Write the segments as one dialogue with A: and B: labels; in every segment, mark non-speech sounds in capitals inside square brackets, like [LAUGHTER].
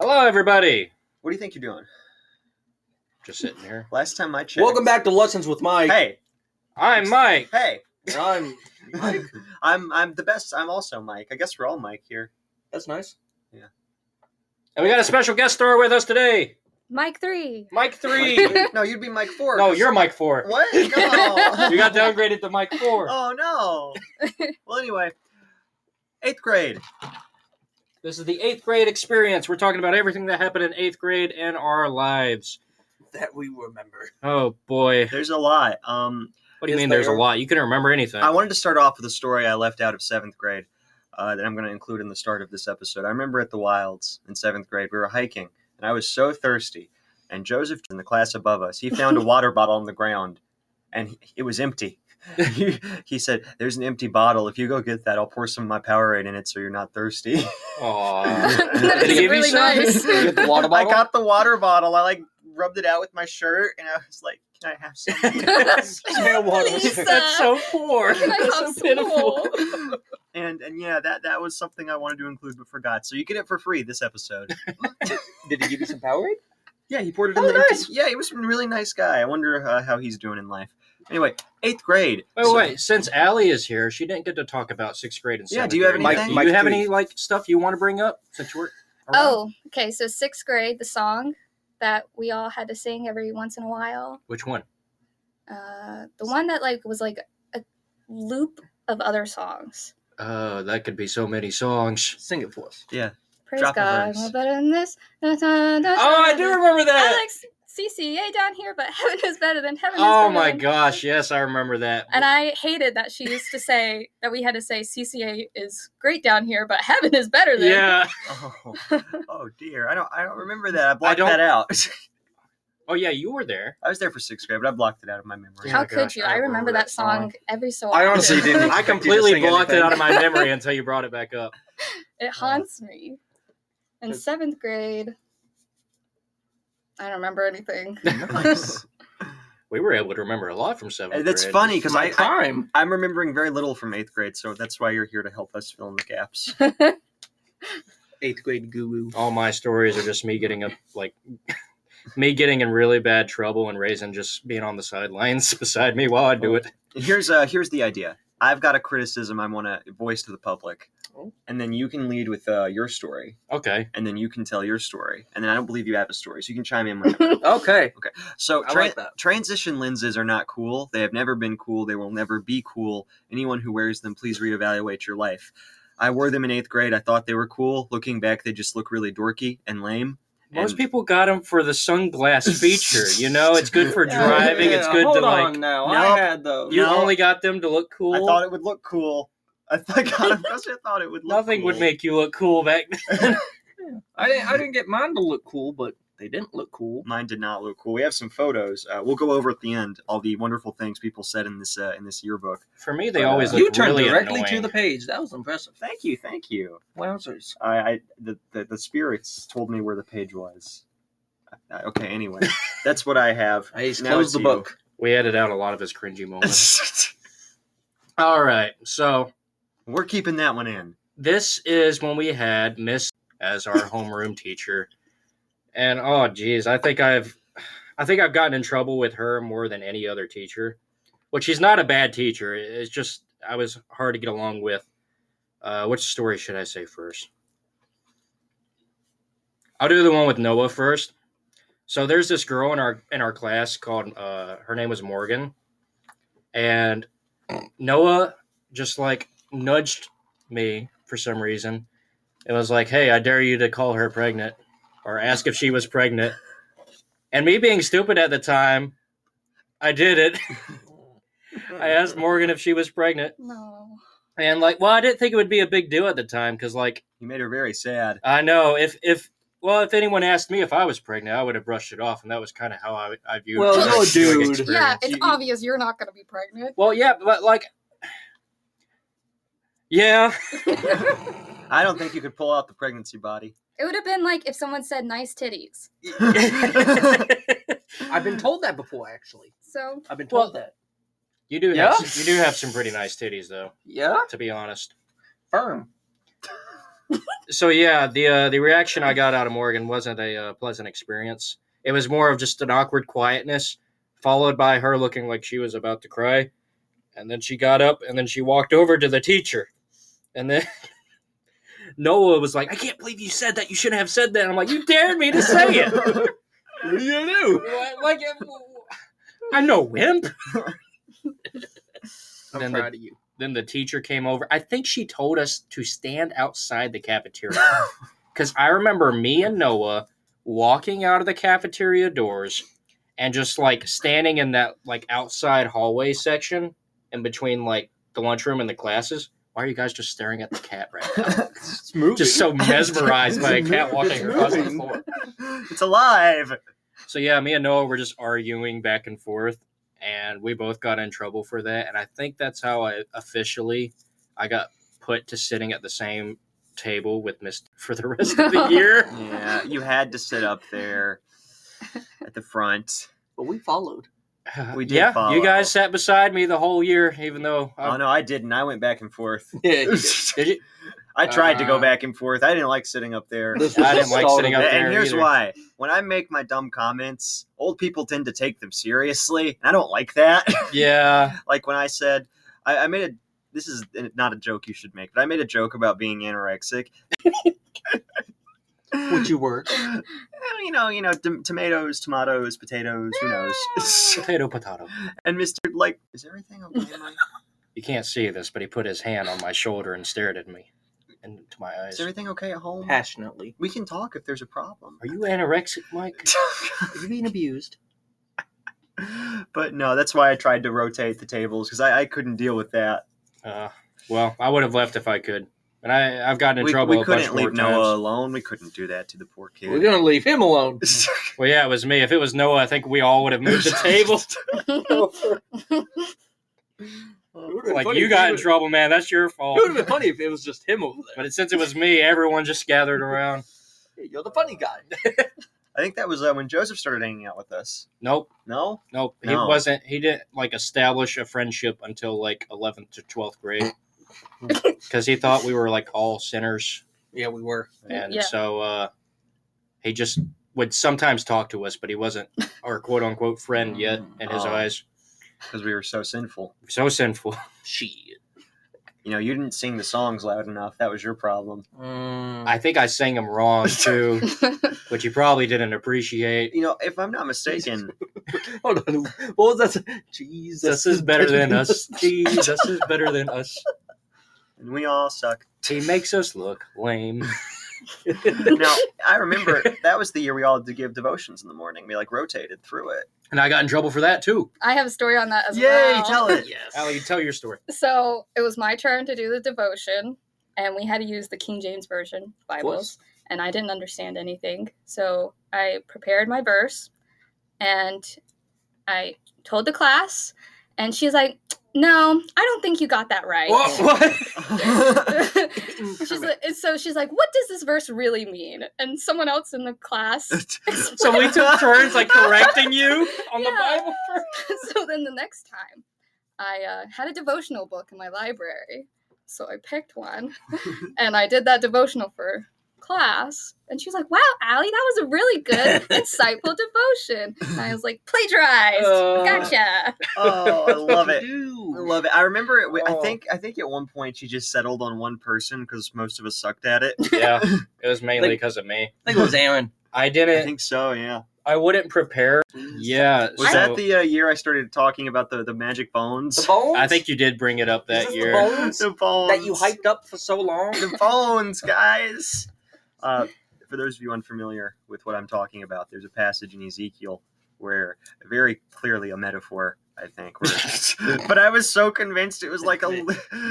A: Hello, everybody.
B: What do you think you're doing?
A: Just sitting here.
B: Last time I checked.
C: Welcome back to Lessons with Mike.
B: Hey,
A: I'm Mike.
B: hey.
C: And I'm. Mike.
B: [LAUGHS] I'm I'm the best. I'm also Mike. I guess we're all Mike here.
C: That's nice.
A: And we got a special guest star with us today.
D: Mike three.
A: Mike
D: [LAUGHS]
A: 3.
B: No, you'd be Mike Four.
A: no,
B: 'cause-
A: you're Mike 4.
C: [LAUGHS]
B: What? No.
A: You got downgraded to Mike 4.
B: Oh no. well, anyway, eighth grade.
A: This is the eighth grade experience. We're talking about everything that happened in eighth grade and our lives.
C: That we remember.
A: Oh, boy.
B: There's a lot. Um,
A: What do you
C: Is
A: mean there's a
C: there-
A: lot? You couldn't remember anything.
B: I wanted to start off with a story I left out of seventh grade uh, that I'm going to include in the start of this episode. I remember at the Wilds in seventh grade, we were hiking, and I was so thirsty. And Joseph in the class above us, he
C: [LAUGHS]
B: found a water bottle on the ground, and he- it was empty. [LAUGHS] he, he said, "There's an empty bottle. If you go get that, I'll pour some of my Powerade in it, so you're not
C: [LAUGHS]
B: thirsty." [LAUGHS]
A: Aw.
D: That
A: Did he
D: is
A: give you
D: really
A: some? [LAUGHS]
D: nice.
C: You get the water
B: I
C: bottle.
B: got the water bottle. I like rubbed it out with my shirt, and I was like, "Can I have some?"
C: [LAUGHS]
B: [LAUGHS]
C: Smell water.
D: Please.
A: That's so poor.
D: I
A: That's [LAUGHS] so
D: have some
A: pitiful.
B: and and yeah, that that was something I wanted to include but forgot. So you get it for free this episode.
C: Did he give you some Powerade?
B: Yeah, he poured it
C: [LAUGHS] Oh,
B: in the
C: nice.
B: Yeah, he was a really nice guy. I wonder uh, how he's doing in life. Anyway, eighth grade.
A: By the
B: So-
A: way, since Allie is here, she didn't get to talk about sixth grade and
B: Yeah,
A: seventh
B: do you have
A: grade.
B: anything?
A: do
C: Mike-
A: you have
C: Mike
A: any
C: three.
A: like stuff you want to bring up since you were? around?
D: Oh, okay. So sixth grade, the song that we all had to sing every once in a while.
A: which one?
D: Uh, the one that like was like a loop of other songs.
A: Oh, that could be so many songs.
C: Sing it for us.
D: Praise
B: Drop a
D: God,
B: verse.
D: we're better than this. Oh,
A: Oh, I do remember
D: I
A: that.
D: like CCA down here, but [LAUGHS] heaven is better than heaven. is
A: Oh
D: better
A: my
D: than-
A: gosh, yes, I remember that.
D: And I hated that she used to say that we had to say CCA is great down here, but heaven is better than.
A: yeah.
B: [LAUGHS]
C: [LAUGHS]
B: Oh, oh dear, I don't I don't remember that. I blocked
A: don't-
B: that out. [LAUGHS]
A: Oh yeah, you were there.
B: I was there for sixth grade, but I blocked it out of Oh my memory.
A: Yeah.
D: How
A: my
D: could
A: gosh,
D: you?
A: I
D: I,
A: remember
D: remember
A: that
D: that song every so often.
C: I honestly
D: [LAUGHS]
C: didn't.
A: I
C: expect you to
A: completely
C: sing
A: blocked it
C: anything.
A: out of my memory until you brought it back up.
D: It haunts me. In
C: Good.
D: seventh grade, I don't remember anything.
B: [LAUGHS] Nice.
A: We were able to remember a lot from seventh.
B: And That's
A: grade.
B: funny because
C: My
B: I, I
C: time.
B: I'm remembering very little from eighth grade, so that's why you're here to help us fill in the gaps. [LAUGHS]
C: Eighth grade guru.
A: All my stories are just me getting up, like [LAUGHS] me getting in really bad trouble and Raisin just being on the sidelines [LAUGHS] beside me while I do it.
B: Here's uh here's the idea. I've got a criticism I want to voice to the public,
C: Oh.
B: and then you can lead with uh, your story,
A: Okay.
B: and then you can tell your story, and then I don't believe you have a story, so you can chime in whenever.
C: Okay.
B: So
C: I
B: tra-
C: like that.
B: transition lenses are not cool. They have never been cool. They will never be cool. Anyone who wears them, please reevaluate your life. I wore them in eighth grade. I thought they were cool. Looking back, they just look really dorky and lame.
A: Most
B: And-
A: people got them for the
B: [LAUGHS]
A: sunglass feature. You know, it's good for
B: Yeah,
A: driving. It's good
C: Hold
A: to like.
C: on now.
B: Nope.
C: I had those.
A: You
B: No.
A: only got them to look cool.
B: I thought it would look cool. [LAUGHS] I thought God, [LAUGHS] of course I thought it would look
A: Nothing would
B: cool.
A: make you look cool back then.
C: I didn't. I didn't get mine to look cool, but they didn't look cool.
B: mine did not look cool. We have some photos. Uh, we'll go over at the end all the wonderful things people said in this uh, in this yearbook.
A: For me, they
B: Uh,
A: always look
C: You turned
A: really
C: directly
A: annoying.
C: to the page. That was impressive.
B: Thank you, thank you.
C: Wowzers.
B: I, I the, the the spirits told me where the page was. Uh, okay, anyway, that's what I have.
C: I just
B: Now it's
C: closed the
B: you.
C: book.
A: We edit out a lot of his cringy
B: [LAUGHS]
A: moments. All right, so
B: We're keeping that one in.
A: this is when we had Miss as our homeroom teacher, and oh geez, I think I've, I think I've gotten in trouble with her more than any other teacher. Which she's not a bad teacher. It's just I was hard to get along with. Uh, which story should I say first? I'll do the one with Noah first. So there's this girl in our in our class called uh, her name was Morgan, and Noah just like nudged me for some reason. It was like, hey, I dare you to call her pregnant or ask if she was pregnant. And me being stupid at the time, I did it. [LAUGHS] I asked Morgan if she was pregnant.
D: no.
A: And like, well, I didn't think it would be a big deal at the time because like
B: You made her very sad.
A: I know if if well, if anyone asked me if I was pregnant, I would have brushed it off, and that was kind of how I, I viewed.
C: Well,
A: my
C: no,
A: viewing
C: dude.
A: experience.
D: Yeah,
C: You-
D: it's
C: you-
D: obvious you're not going to be
A: [LAUGHS]
D: pregnant.
A: Well, yeah, but like, yeah, [LAUGHS]
B: I don't think you could pull out the pregnancy body.
D: It would have been like if someone said nice titties.
B: [LAUGHS]
C: I've been told that before, actually.
D: So
C: [LAUGHS]
D: [LAUGHS]
C: I've been
A: Well-
C: told that.
A: you do
C: Yeah?
A: have some, you do have some pretty nice titties though,
C: Yeah.
A: to be honest.
C: Firm.
A: so yeah, the uh, the reaction I got out of Morgan wasn't a uh, pleasant experience. It was more of just an awkward quietness, followed by her looking like she was about to cry, and then she got up and then she walked over to the teacher, and then [LAUGHS] Noah was like, "I can't believe you said that. You shouldn't have said that." And I'm like, "You dared me to say
B: [LAUGHS]
A: it.
C: What do you do?
A: What? Like, I'm no wimp."
C: I'm
A: Then the-
C: proud of you.
A: then the teacher came over. I think she told us to stand outside the
C: [LAUGHS]
A: cafeteria because I remember me and Noah walking out of the cafeteria doors and just like standing in that like outside hallway section in between like the lunchroom and the classes. Why are you guys just staring at the cat right now?
C: [LAUGHS] It's moving.
A: Just so mesmerized by a
C: It's
A: cat
C: moving.
A: walking across the
C: Moving.
A: floor.
B: it's alive.
A: So yeah, me and Noah were just arguing back and forth, and we both got in trouble for that. And I think that's how I officially I got put to sitting at the same table with Miss [LAUGHS] for the rest of the year.
B: Yeah, you had to sit up there at the front.
C: but we followed.
A: [LAUGHS]
B: We did
A: yeah,
B: follow.
A: you guys sat beside me the whole year, even though
B: [LAUGHS] Oh
A: I,
B: no, I didn't. I went back and forth.
C: [LAUGHS] Yeah. [LAUGHS]
A: did you?
B: [LAUGHS] I tried to go
A: Uh,
B: back and forth. I didn't like sitting up
C: [LAUGHS]
B: there.
C: This
A: I didn't like
C: Stalled
A: sitting up
B: and,
A: there.
B: and here's
A: either.
B: why: when I make my dumb comments, old people tend to take them seriously, and I don't like that.
A: [LAUGHS]
B: [LAUGHS]
A: Yeah,
B: like when I said, I, I made a. This is not a joke you should make, but I made a joke about being
A: [LAUGHS]
B: anorexic.
C: [LAUGHS] What you were.
B: Well, you know, you know, tom- tomatoes, tomatoes, potatoes. Who knows?
A: potato, potato.
B: [LAUGHS] and Mister, like, is everything
A: [LAUGHS]
B: okay, Mike?
A: You can't see this, but he put his hand on my shoulder and stared at me into my eyes.
B: Is everything okay at home?
C: Passionately.
B: We can talk if there's a problem.
A: Are you anorexic, Mike?
C: Are you being abused?
B: [LAUGHS] but no, that's why I tried to rotate the tables because I, I couldn't deal with that.
A: Uh, well, I would have left if I could, and I I've gotten in
B: we,
A: trouble.
B: we
A: a bunch
B: couldn't leave
A: more
B: Noah
A: times.
B: alone. We couldn't do that to the poor kid.
C: We're
B: [LAUGHS]
C: gonna leave him alone.
A: Well, yeah, it was me. If it was Noah, I think we all would have moved the table. like you got in trouble, man. That's your
C: It
A: fault.
C: would have been funny if it was just him over there.
A: But since it was me, everyone just gathered around.
C: Hey, You're the funny guy. [LAUGHS]
B: I think that was uh, when Joseph started hanging out with us.
A: Nope,
B: No,
A: nope. He
B: No.
A: wasn't. He didn't like establish a friendship until like eleventh to twelfth grade,
B: [LAUGHS]
A: because he thought we were like all sinners,
C: Yeah, we were.
A: and
D: Yeah.
A: so uh, he just would sometimes talk to us, but he wasn't our quote unquote friend
B: [LAUGHS]
A: yet in his
B: Oh.
A: eyes.
B: because we were so sinful.
A: So sinful.
C: Shit.
B: You know, you didn't sing the songs loud enough. That was your problem.
C: Mm.
A: I think I sang him wrong too,
B: [LAUGHS]
A: which he probably didn't appreciate.
B: You know, if I'm not mistaken,
C: Hold on. What was that? Jesus
A: Jesus is better than
C: [LAUGHS]
A: us. Jesus is better than us.
B: and we all suck.
A: He makes us look lame.
B: Now, I
C: [LAUGHS]
B: remember that was the year we all had to give devotions in the morning. We like rotated through it.
A: And I got in trouble for that too.
D: I have a story on that as
B: Yay,
D: well.
B: tell
D: [LAUGHS]
B: it.
A: [LAUGHS]
B: [LAUGHS]
A: Allie, tell your story.
D: So it was my turn to do the devotion, and we had to use the King James Version
C: [CLEARS THROAT]
D: Bibles, and I didn't understand anything. So I prepared my verse, and I told the class, and she's like, "No, I don't think you got that right."
A: What? what?
D: [LAUGHS] she's like, and so she's like, "What does this verse really mean?" And someone else in the class.
A: So we took turns like correcting you on the
D: Yeah.
A: Bible verse?
D: [LAUGHS] so then the next time, I uh, had a devotional book in my library, so I
A: [LAUGHS]
D: picked one, and I did that devotional for class. And she was like, "Wow, Allie, that was a
A: [LAUGHS]
D: really good, insightful devotion." And I was like, "Plagiarized,
A: Uh.
D: gotcha."
B: oh, I love it. I
C: Dude.
B: love it. I remember it. I
A: Oh.
B: think I think at one point she just settled on one person because most of us sucked at it.
A: Yeah, it was mainly
C: Like-
A: because of me.
C: I think it was Aaron.
A: I
B: I
A: didn't.
B: think so. Yeah.
A: I wouldn't prepare. Yeah.
B: Was
A: so
B: that the uh, year I started talking about the the magic
C: The
B: bones?
C: bones?
A: I think you did bring it up
C: Is
A: that
C: this
A: year.
C: The
B: [LAUGHS]
C: bones
B: The bones
C: that you hyped up for so long.
B: The bones, guys. Uh, for those of you unfamiliar with what I'm talking about, there's a passage in Ezekiel where very clearly a metaphor, I think.
C: [LAUGHS]
B: where- but I was so convinced it was like a.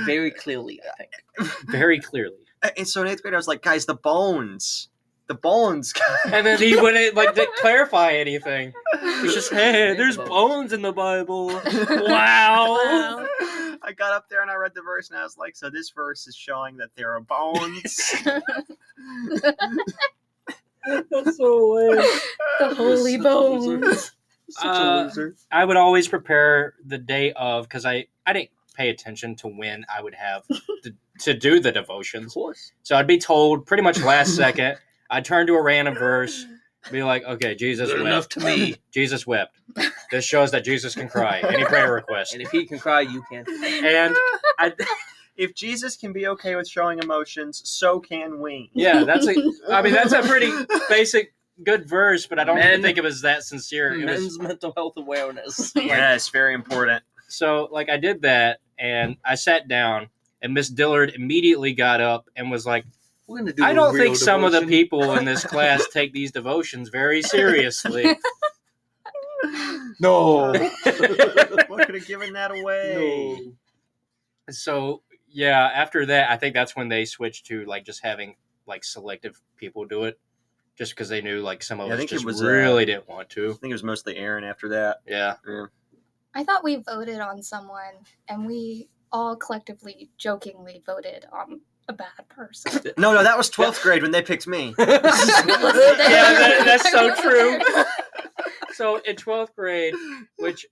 C: Very clearly, I think.
A: Very clearly.
B: And so [LAUGHS] in eighth grade, I was like, guys, the bones, the bones, [LAUGHS] guys.
A: And then he wouldn't like didn't clarify anything. It's
B: [LAUGHS]
A: just, hey, there's bones in the Bible. Wow.
D: Wow.
B: I got up there and I read the verse and I was like, so this verse is showing that there are
C: [LAUGHS]
B: bones.
C: [LAUGHS] That's so lame.
A: [LAUGHS]
D: The holy bones.
C: [LAUGHS] Such a
A: Uh,
C: loser.
A: I would always prepare the day of because I I didn't pay attention to when I would have to, to do the
C: Of
A: devotions.
C: course.
A: So I'd be told pretty much last second. I'd turn to a random verse, be like, okay, Jesus
C: Good
A: wept.
C: enough to me.
A: [LAUGHS] Jesus wept. This shows that Jesus can cry. Any prayer request.
C: [LAUGHS] And if he can cry, you [LAUGHS] can.
A: And
B: I, if Jesus can be okay with showing emotions, so can we.
A: yeah, that's a. I mean, that's a pretty basic, good verse, but I don't
C: Men-
A: even think it was that sincere. It was
C: Men's mental health awareness.
B: Yes, very important.
A: so like I did that, and I sat down, and Miss Dillard immediately got up and was like,
C: [LAUGHS] We're gonna do
A: "I
C: a
A: don't
C: real
A: think some of the
C: devotion.
A: people in
C: [LAUGHS]
A: this class take these devotions very seriously." Oh. [LAUGHS]
C: No.
B: Uh, what could have given that away?
C: no.
A: so yeah, after that, I think that's when they switched to like just having like selective people do it, just because they knew like some of
B: Yeah, I
A: us
B: think it
A: just
B: was, uh,
A: really didn't want to.
B: I think it was mostly Aaron after that.
A: Yeah.
D: I thought we voted on someone, and we all collectively, jokingly voted on a
A: [LAUGHS]
D: bad person. [LAUGHS]
B: No, no, that was 12th grade when they picked me.
C: [LAUGHS]
A: that- that's so true.
D: [LAUGHS]
A: So in twelfth grade, which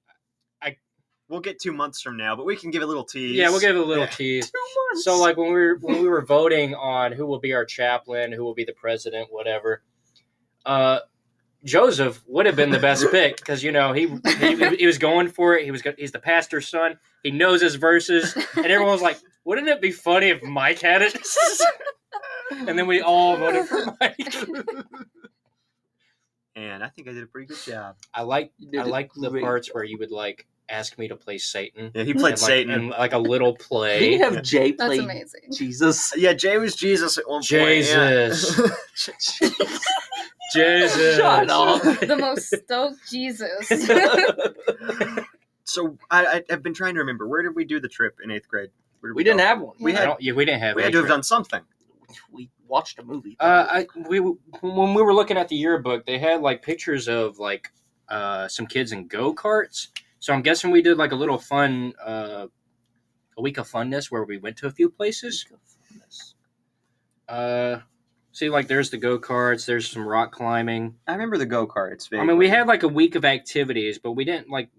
B: We'll get two months from now, but we can give a little tease.
A: yeah, we'll give it a little
B: Yeah.
A: tease. So like when we were when we were voting on who will be our chaplain, who will be the president, whatever, uh, Joseph would have been the best pick because you know he, he he was going for it. He was go- he's the pastor's son. He knows his verses, and everyone was like, "Wouldn't it be funny if Mike had it?" [LAUGHS] and then we all voted for Mike.
B: And I think I did a pretty good job.
A: I like
C: You did
A: I like the
C: great.
A: parts where you would like ask me to play Satan.
B: Yeah, he played
A: and, like,
B: Satan.
A: and, like a little play.
C: [LAUGHS] Didn't have Jay
D: That's
C: play
D: amazing.
C: Jesus?
B: yeah, Jay was Jesus at one
A: Jesus.
B: point.
A: Jesus.
C: Shut up.
D: The most stoked Jesus.
C: [LAUGHS]
D: [LAUGHS]
B: Yeah. [LAUGHS] so I, I, I've been trying to remember where did we do the trip in eighth grade? Where did
C: [LAUGHS] we didn't
B: go?
C: have one.
B: We
A: I don't, yeah, we didn't have.
B: We had to have done something.
C: we watched a movie.
A: Uh, I we when we were looking at the yearbook, they had like pictures of like uh some kids in go karts. So I'm guessing we did like a little fun uh a week of funness where we went to a few places. Uh see like there's the go karts, there's some rock climbing.
B: I remember the go karts.
A: I mean we had like a week of activities, but we didn't like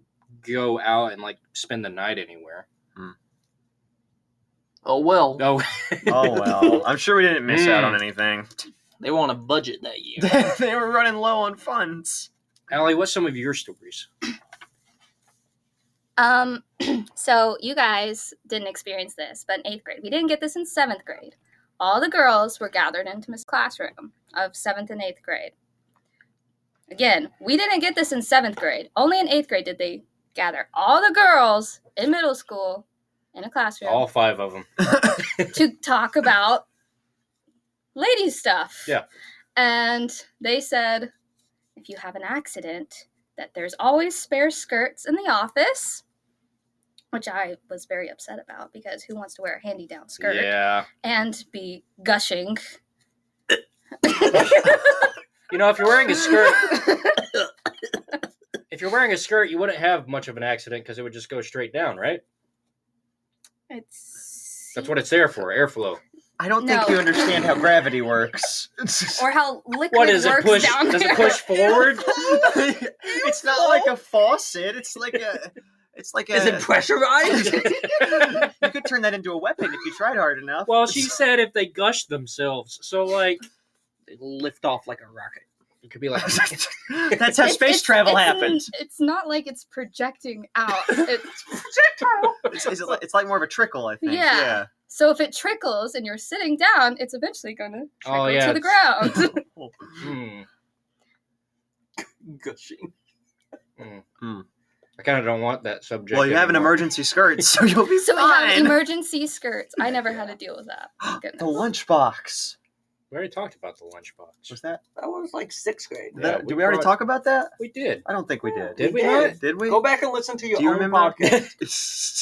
A: go out and like spend the night anywhere.
C: oh well,
A: No
B: [LAUGHS] Oh well, I'm sure we didn't miss out
A: Mm.
B: on anything.
C: they were on a budget that [LAUGHS] year.
B: [LAUGHS] they were running low on funds.
A: [LAUGHS] Allie, what's some of your stories?
D: Um, [CLEARS THROAT] so you guys didn't experience this, but in eighth grade, we didn't get this in seventh grade. All the girls were gathered into Miss Classroom of seventh and eighth grade. Again, we didn't get this in seventh grade. Only in eighth grade did they gather all the girls in middle school in a classroom
A: All five of them.
D: to talk about lady stuff.
A: Yeah.
D: And they said if you have an accident, that there's always spare skirts in the office, which I was very upset about because who wants to wear a handy down skirt
A: Yeah.
D: and be
A: [LAUGHS]
D: gushing?
A: You know, if you're wearing a skirt, if you're wearing a skirt, you wouldn't have much of an accident because it would just go straight down, right?
D: It's
A: That's what it's there for, airflow.
B: [LAUGHS] I don't think
D: No.
B: you understand how gravity [LAUGHS] works.
D: or how liquid
A: What is it
D: works
A: push?
D: down
A: Does
D: there.
A: it
D: [LAUGHS]
A: push forward?
B: it's not like a faucet. It's like a. It's like a.
C: Is it
B: [LAUGHS]
C: pressurized?
B: you could turn that into a weapon if you tried hard enough.
A: well,
B: [LAUGHS]
A: she said if they gush themselves, so like
C: they lift off like a rocket.
A: it could be like
B: That's how
D: It's-
B: space
D: it's-
B: travel
D: it's-
B: happens.
D: It's not like it's projecting out.
A: [LAUGHS]
D: It,
B: It's, it's like, it's like more of a trickle, I think.
D: Yeah. [LAUGHS] So if it trickles and you're sitting down, it's eventually going to trickle
A: Oh, yeah,
D: to
A: [LAUGHS]
D: the ground.
B: Yeah.
A: hmm,
C: Gushing.
A: I kind of don't want that subject.
B: Well, you have an
A: anymore.
B: emergency skirt, so you'll be
D: so we have
B: fine.
D: emergency skirts. I never had to deal with that.
B: [GASPS]
D: Goodness.
B: the lunchbox.
A: We already talked about the lunchbox.
B: Was that?
C: That was like sixth grade.
A: Yeah,
B: that
A: we
B: did we already
A: brought-
B: talk about that?
A: We did.
B: I don't think we did.
A: Did we,
C: We
A: not?
C: did.
B: Did we?
C: Go back and listen to your
B: Do you
C: own
B: remember? [LAUGHS]
C: podcast.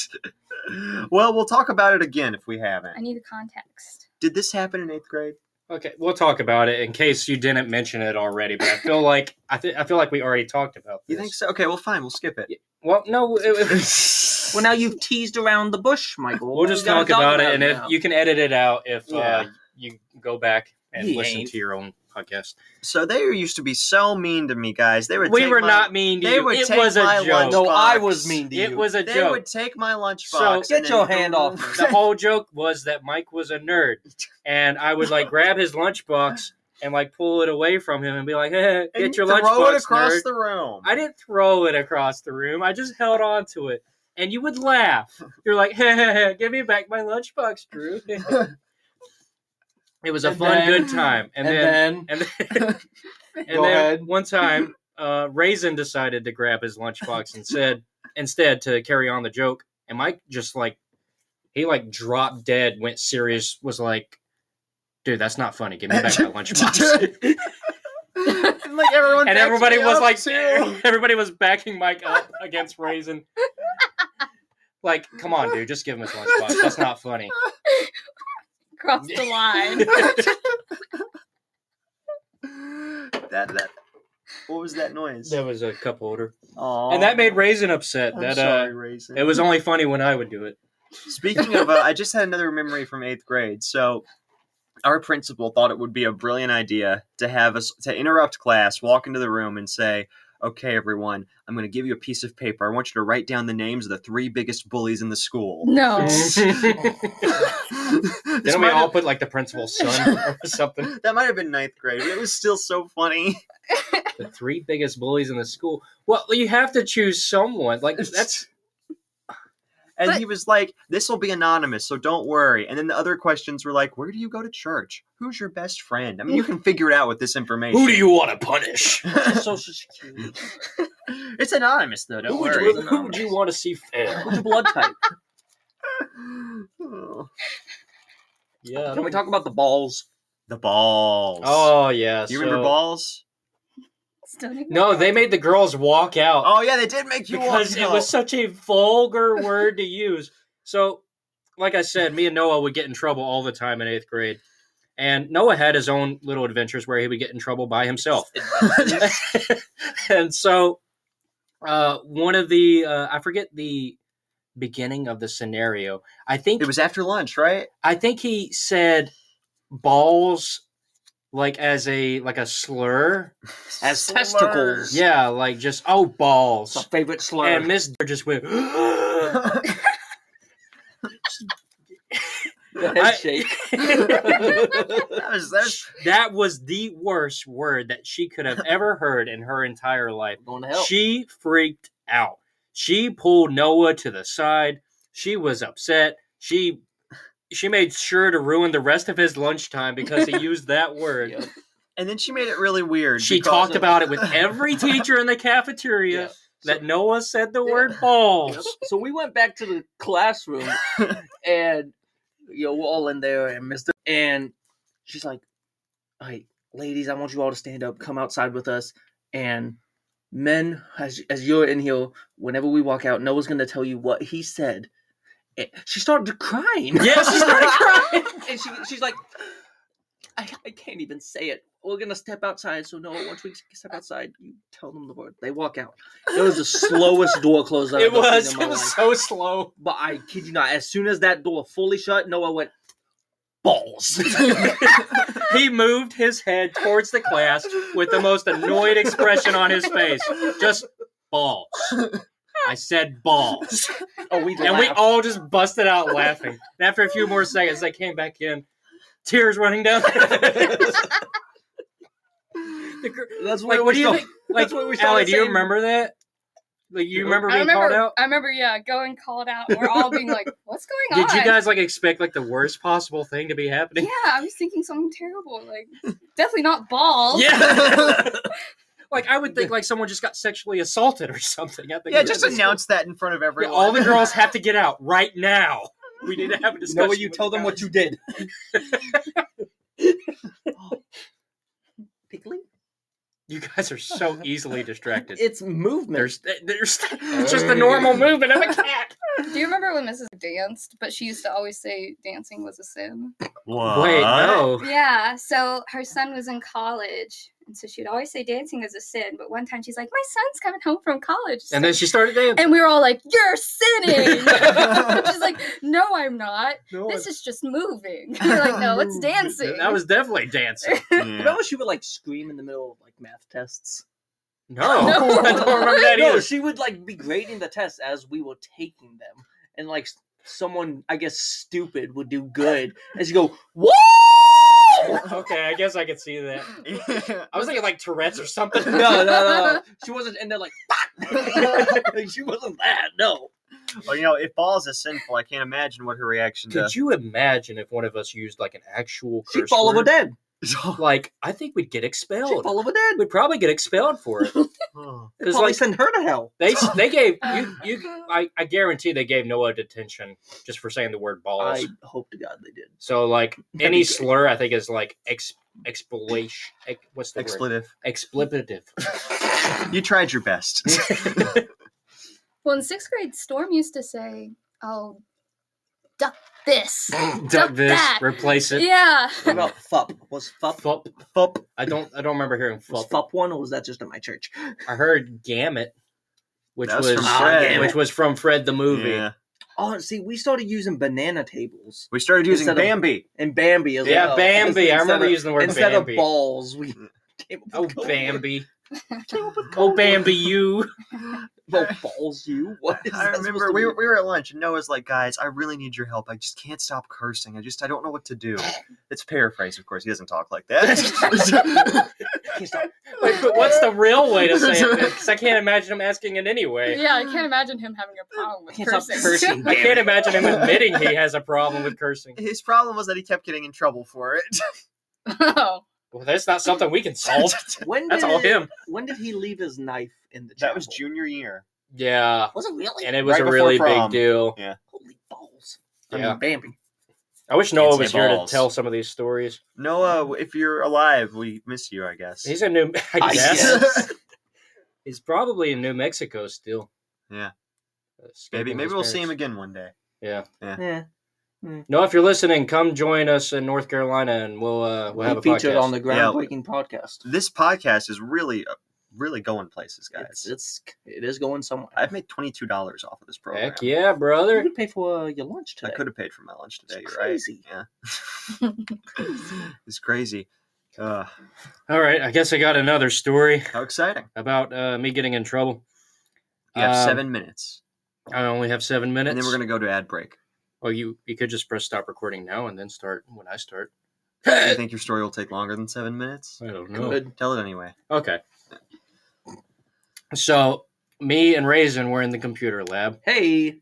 B: well, we'll talk about it again if we
D: I
B: haven't.
D: need the context.
B: Did this happen in eighth grade?
A: Okay, we'll talk about it in case you didn't mention it already. But I feel like I, th- I feel like we already talked about
B: You
A: this.
B: think so? Okay, well, fine. We'll skip it.
A: Well, no, it,
B: [LAUGHS]
A: it,
C: [LAUGHS] Well, now you've teased around the bush, Michael.
A: We'll just
C: We gotta
A: talk about it, and
C: now.
A: if you can edit it out if uh,
B: Yeah.
A: you go back and
C: Yeah.
A: listen to your own podcast.
B: So they used to be so mean to me, guys. They would
A: We
B: take
A: were
B: my-
A: not mean to
B: they
A: you.
B: would
A: It
B: take
A: was
B: my
A: a joke.
B: lunch.
C: No, I was
B: Xbox.
C: mean to you.
A: It was a
B: They
A: joke.
B: would [LAUGHS] take my lunchbox.
A: So-
B: and
C: Get
B: then
C: your
B: go-
C: hand
B: [LAUGHS]
C: off me.
A: the whole joke was that Mike was a nerd, and I would like grab his lunchbox and like pull it away from him and be like, "Hey,
B: and
A: get your
B: throw
A: lunchbox,
B: it across
A: nerd."
B: the [LAUGHS] room.
A: I didn't throw it across the room. I just held on to it, and you would laugh. You're like, "Hey, hey, hey, "Give me back my lunchbox, Drew." [LAUGHS] it was a
C: And
A: fun,
C: then-
A: good time, and,
C: And,
A: then,
C: then,
A: and then, and
C: Go
A: then
C: ahead.
A: one
B: [LAUGHS]
A: time, uh, Raisin decided to grab his lunchbox and said, instead, to carry on the joke. And Mike just like, he like dropped dead, went serious, was like, dude, that's not funny. Give me back
B: [LAUGHS]
A: my lunchbox. [LAUGHS]
B: and like everyone
A: and
B: backs
A: everybody
B: me
A: was
B: up,
A: like,
B: too.
A: [LAUGHS] everybody was backing Mike up against Raisin. Like, come on, dude, just give him his lunchbox. That's not funny.
D: [LAUGHS] Cross the line.
A: [LAUGHS]
B: [LAUGHS] that that. What was that noise?
A: That was a cup holder.
B: Aw.
A: And that made Raisin upset.
B: I'm
A: that
B: sorry,
A: uh [LAUGHS]
B: Raisin.
A: it was only funny when I would do
B: [LAUGHS]
A: it.
B: Speaking of, uh, I just had another memory from eighth grade. So, our principal thought it would be a brilliant idea to have us to interrupt class, walk into the room, and say, "Okay, everyone, I'm going to give you a piece of paper. I want you to write down the names of the three biggest bullies in the school." [LAUGHS]
D: No. [LAUGHS]
B: This
A: Didn't we
B: might
A: all
B: have-
A: put like the
B: [LAUGHS]
A: principal's son or [LAUGHS] something?
B: that might have been ninth grade, but it was still so funny. [LAUGHS]
A: The three biggest bullies in the school. Well, you have to choose someone. Like that's
B: And
D: But-
B: he was like, "This will be anonymous, so don't worry." And then the other questions were like, "Where do you go to church? Who's your best friend?" I mean, you can figure it out with this information.
A: want to punish?
B: [LAUGHS]
A: [LAUGHS]
C: Social Security.
B: It's anonymous though. Don't
A: Who would,
B: worry.
A: you, [LAUGHS] who would you want to see fail?
B: [LAUGHS]
C: What's your blood type?
A: Yeah.
C: [LAUGHS] Can we talk about the balls?
B: The balls.
A: Oh yeah.
B: you remember
A: so-
B: balls?
D: Still didn't
A: No,
D: go.
A: they made the girls walk out.
B: Oh yeah, they did make you
A: because
B: walk
A: it
B: out.
A: was such a vulgar word to use. So, like I said, me and Noah would get in trouble all the time in eighth grade. And Noah had his own little adventures where he would get in trouble by himself. [LAUGHS] and so, uh, one of the, uh, I forget the beginning of the scenario. I think
B: It was after lunch, right?
A: I think he said balls like as a like a slur.
C: As
A: [LAUGHS]
B: Slur.
C: testicles.
A: Yeah, like just oh balls.
C: It's a favorite slur.
A: And
C: [LAUGHS]
A: Miss Dare just went. [GASPS]
C: The head shake.
B: [LAUGHS]
A: [LAUGHS]
B: that was that was
A: that was the worst word that she could have ever heard in her entire life.
C: Going to hell.
A: She freaked out. She pulled Noah to the side. She was upset. She she made sure to ruin the rest of his lunchtime because
C: [LAUGHS]
A: he used that word.
C: Yeah.
B: and then she made it really weird.
A: She
B: because-
A: talked
B: [LAUGHS]
C: [LAUGHS]
A: about it with every teacher [LAUGHS] in the cafeteria
C: Yeah.
A: that
C: So-
A: Noah said the
C: Yeah.
A: word
C: [LAUGHS]
A: balls.
C: Yep. Oh, So we went back to the
A: [LAUGHS]
C: classroom, and you know we're all in there, and Mister and she's like, "All right, ladies, I want you all to stand up, come outside with us, and men, as as you're in here, whenever we walk out, Noah's gonna tell you what he said." And she
A: [LAUGHS]
C: started crying.
A: Yes, she started
C: [LAUGHS]
A: crying.
C: and she she's like, I, I can't even say it. We're gonna step outside. So Noah, once we step outside, you tell them the word. They walk out. It was the slowest door close I've
A: It
C: ever
A: was
C: seen in my
A: it was
C: life.
A: so slow.
C: But I kid you not, as soon as that door fully shut, Noah went [LAUGHS] balls.
A: He moved his head towards the class with the most annoyed expression on his face. Just balls. I said balls.
C: oh, we
A: And we
C: laughed.
A: all just busted out [LAUGHS] laughing. And after a few more seconds, they came back in, tears running down. [LAUGHS] the gr-
C: That's
A: like,
C: where
A: what
C: we
A: do you
C: start-
A: think? Like,
C: That's what we
A: Allie,
C: started
A: do you
C: saying.
A: remember that? Like, you remember
D: I
A: being called
D: remember,
A: out?
D: I remember, yeah, going called out. We're all
A: [LAUGHS]
D: being like, what's going on?
A: Did you guys like expect like the worst possible thing to be happening?
D: Yeah, I was thinking something terrible. Like, definitely not balls.
A: [LAUGHS] Yeah. like I would think like someone just got sexually assaulted or something. I think
B: Yeah,
A: it
B: just
A: was-
B: announce that in front of
A: Yeah,
B: everyone.
A: all the
B: [LAUGHS]
A: girls have to get out right now. We need to have a discussion.
C: Noah, you
A: with
C: tell
A: the
C: them what
A: guys.
C: you did. [LAUGHS] Oh. Pickling?
A: You guys are so easily distracted.
C: It's movement.
A: [LAUGHS] There's, Oh. there's [LAUGHS] it's just the normal movement of a cat.
D: Do you remember when Mrs. danced, but she used to always say dancing was a sin?
B: What? [LAUGHS]
A: Wait, no.
D: Yeah, so her son was in college, And so she'd always say dancing is a sin. But one time she's like, my son's coming home from college.
A: And then she started dancing.
D: and we were all like,
A: [LAUGHS]
D: you're sinning. And she's like, no, I'm not.
B: No,
D: This is just moving. [LAUGHS] We're
A: [LAUGHS]
D: like, no, it's dancing.
A: That was definitely
C: [LAUGHS]
A: dancing.
C: You know, she would like scream in the middle of like math tests.
A: No,
D: No.
A: [LAUGHS] I don't remember that
C: [LAUGHS] No,
A: either. [LAUGHS]
C: she would like be grading the tests as we were taking them, and like s- someone, I guess, stupid would do good, and she go, "What?"
A: okay, I guess I could see that.
B: yeah.
A: I was thinking like Tourette's or something. [LAUGHS]
C: No, no, [LAUGHS] no. She wasn't, and they're like, "Fuck!" Like, [LAUGHS] she wasn't that. No.
B: [LAUGHS] well, you know, if balls is sinful, I can't imagine what her reaction to.
A: Could you imagine if one of us used like an actual
C: She
A: curse
C: fall over
A: word?
C: dead.
B: [LAUGHS]
A: Like, I think we'd get
C: She
A: expelled.
C: fall over dead.
A: We'd probably get expelled for
C: [LAUGHS]
A: it.
B: Oh.
A: It's
C: Probably
A: like
C: send her to hell.
A: they they gave you
D: [LAUGHS]
A: you. I, I guarantee they gave Noah detention just for saying the word balls.
C: I hope to God they did.
A: So like
C: That'd be
A: any
C: great.
A: slur, I think is like ex exploitation. Ex, what's the word?
B: Expletive.
A: Explicative.
B: You tried your best. [LAUGHS]
D: Well, in sixth grade, Storm used to say, "Oh, duck this."
A: [LAUGHS] Duck this.
D: that.
A: Replace it.
D: yeah.
A: [LAUGHS]
C: What about fup? Was fup?
A: Fup.
B: Fup.
A: I don't. I don't remember hearing
C: Was
A: fup.
C: fup one, or was that just at my church?
A: I heard gamut, which
B: That
A: was,
B: was from
C: Ah,
B: Fred.
C: Gamut.
A: which was from Fred the movie.
B: Yeah.
C: Oh, see, we started using banana tables
B: We started using
C: Instead of-
B: Bambi.
C: and Bambi as
A: Yeah,
C: well.
A: Bambi. I
C: Instead
A: remember
C: of-
A: using the word
C: instead
A: Bambi.
C: of [LAUGHS] balls, we came up
A: oh,
C: with code words.
A: Bambi.
C: Came up [LAUGHS] with
A: Oh,
C: code
A: Bambi,
C: words.
A: you.
C: Well, balls,
A: [LAUGHS]
C: you. What is
B: I
C: that supposed
B: remember
C: to
B: we were,
C: mean?
B: we were at lunch and Noah's like, guys, I really need your help. I just can't stop cursing. I just I don't know what to
C: [LAUGHS]
B: do. It's paraphrase, of course. He doesn't talk like that.
C: [LAUGHS] Can't stop.
A: Like, but what's the real way to say [LAUGHS] it? Because I can't imagine him asking it anyway.
D: Yeah, I can't imagine him having a problem with
C: Can't stop
D: cursing.
C: cursing.
A: I
C: damn
A: can't
C: it.
A: imagine him admitting he has a problem with cursing.
B: His problem was that he kept getting in trouble for it.
D: [LAUGHS] oh,
A: Well, that's not something we can
B: [LAUGHS]
D: [LAUGHS]
A: solve.
C: When did
A: That's all him.
C: when did he leave his knife in the?
B: that was
C: chapel?
B: junior year.
A: Yeah,
C: Was it really?
A: and it was
B: Right
A: a
B: before
A: really big
B: prom.
A: deal.
C: Holy balls! I
A: Yeah.
C: mean, Bambi.
A: I wish Noah
B: Can't say
A: was here to
B: balls.
A: tell some of these stories.
B: Noah, if you're alive, we miss you, I guess. [LAUGHS]
A: He's in New. [LAUGHS] I
C: I
A: guess
C: guess.
A: he's probably in New Mexico still. Uh,
B: Yeah. maybe
A: Escaping
B: maybe
A: his
B: we'll see him
A: parents.
B: again one day.
A: Yeah.
C: Yeah,
A: No, if you're listening, come join us in North Carolina, and we'll uh, we'll have
C: we
A: a
C: featured
A: podcast.
C: on the groundbreaking podcast.
B: This podcast is really uh, really going places, guys.
C: It's, it's it is going somewhere.
B: I've made twenty two dollars off of this program.
A: Heck yeah, brother! [LAUGHS]
C: You could pay for uh, your lunch
B: I
C: today.
B: could have paid for my lunch
C: It's
B: today.
C: crazy. [LAUGHS]
B: You're right. Yeah. [LAUGHS] it's crazy. Uh,
A: All right, I guess I got another story
B: how exciting!
A: about uh, me getting in trouble.
B: You have
A: Um,
B: seven minutes,
A: I only have seven minutes.
B: and then we're gonna go to ad break.
A: Well, you you could just press stop recording now and then start when I start.
B: Do you
A: I
B: think your story will take longer than seven minutes?
A: don't know.
C: Good.
B: Tell it anyway.
A: Okay. So me and Raisin were in the computer lab,
C: Hey.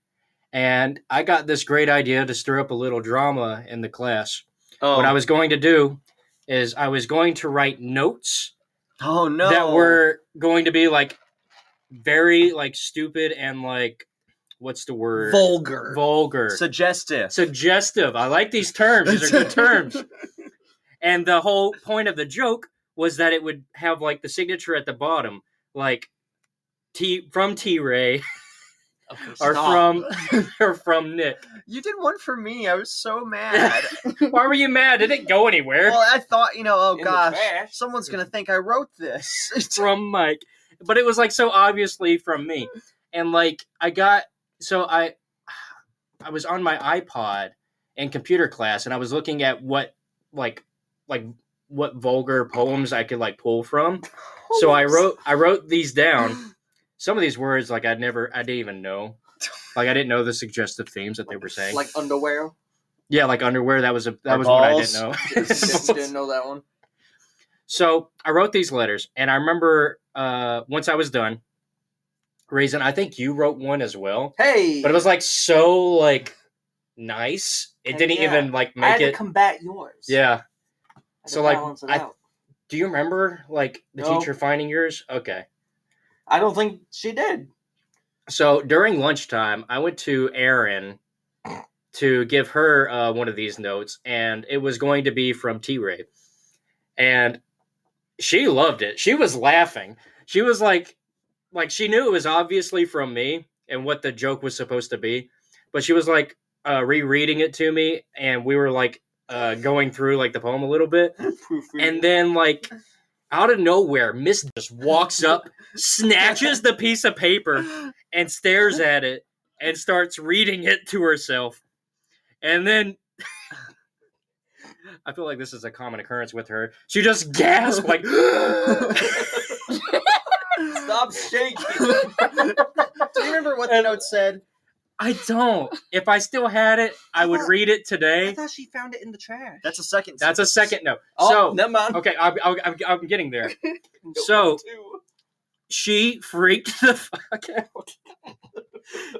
A: and I got this great idea to stir up a little drama in the class.
C: Oh,
A: What I was going to do is I was going to write notes
B: Oh no!
A: that were going to be like very like stupid and like what's the word
C: vulgar.
A: vulgar
B: suggestive.
A: suggestive. I like these terms. These are good terms.
C: [LAUGHS]
A: And the whole point of the joke was that it would have like the signature at the bottom, like T from T Ray
C: Okay,
A: or
C: stop.
A: from
C: [LAUGHS]
A: or from Nick.
B: you did one for me. I
A: [LAUGHS]
B: was so mad.
A: Why were you mad? It didn't go anywhere.
B: well, I thought you know. Oh
C: In the
B: gosh,
C: trash.
B: someone's gonna think I wrote this.
A: [LAUGHS] [LAUGHS]
B: [LAUGHS]
A: from Mike, but it was like so obviously from me, and like I got so I I was on my iPod in computer class, and I was looking at what like like what vulgar poems I could like pull from. So I wrote I wrote these down. Some of these words like I'd never I didn't even know. Like I didn't know the suggestive themes that they were saying.
C: like
A: [LAUGHS]
C: underwear.
A: yeah, like underwear. That was a that
B: Or
A: was what I
B: balls.
A: didn't know.
C: didn't, didn't know that one.
A: So I wrote these letters, and I remember uh, once I was done, Raisin, I think you wrote one as well,
C: Hey,
A: but it was like so like nice. It
C: Uh,
A: didn't
C: yeah.
A: even like
C: I
A: make
C: had to
A: it.
C: combat yours.
A: Yeah.
C: I had
A: so,
C: to
A: like,
C: balance it
A: I-
C: out.
A: Do you remember like the
C: No.
A: teacher finding yours? Okay.
C: I don't think she did. [LAUGHS]
A: So during lunchtime, I went to Erin to give her uh, one of these notes, and it was going to be from T Ray. And she loved it. She was laughing. She was like, like she knew it was obviously from me and what the joke was supposed to be, but she was like uh, rereading it to me, and we were like uh, going through like the poem a little bit,
C: Proofread.
A: and then like out of nowhere, Miss just walks up, snatches the piece of paper, and stares at it and starts reading it to herself. And then [LAUGHS] I feel like this is a common occurrence with her. She just gasped like [GASPS]
C: Stop
A: [LAUGHS]
C: shaking.
B: Do you remember what the note said?
A: I don't. If I still had it, I would read it
C: I
A: today.
C: thought she found it in the trash.
B: That's a second.
A: That's a
B: sentence.
A: second no.
C: oh,
A: so
C: never mind.
A: okay, I'm, I'm, I'm- I'm getting there. so- She freaked the [LAUGHS] fuck out.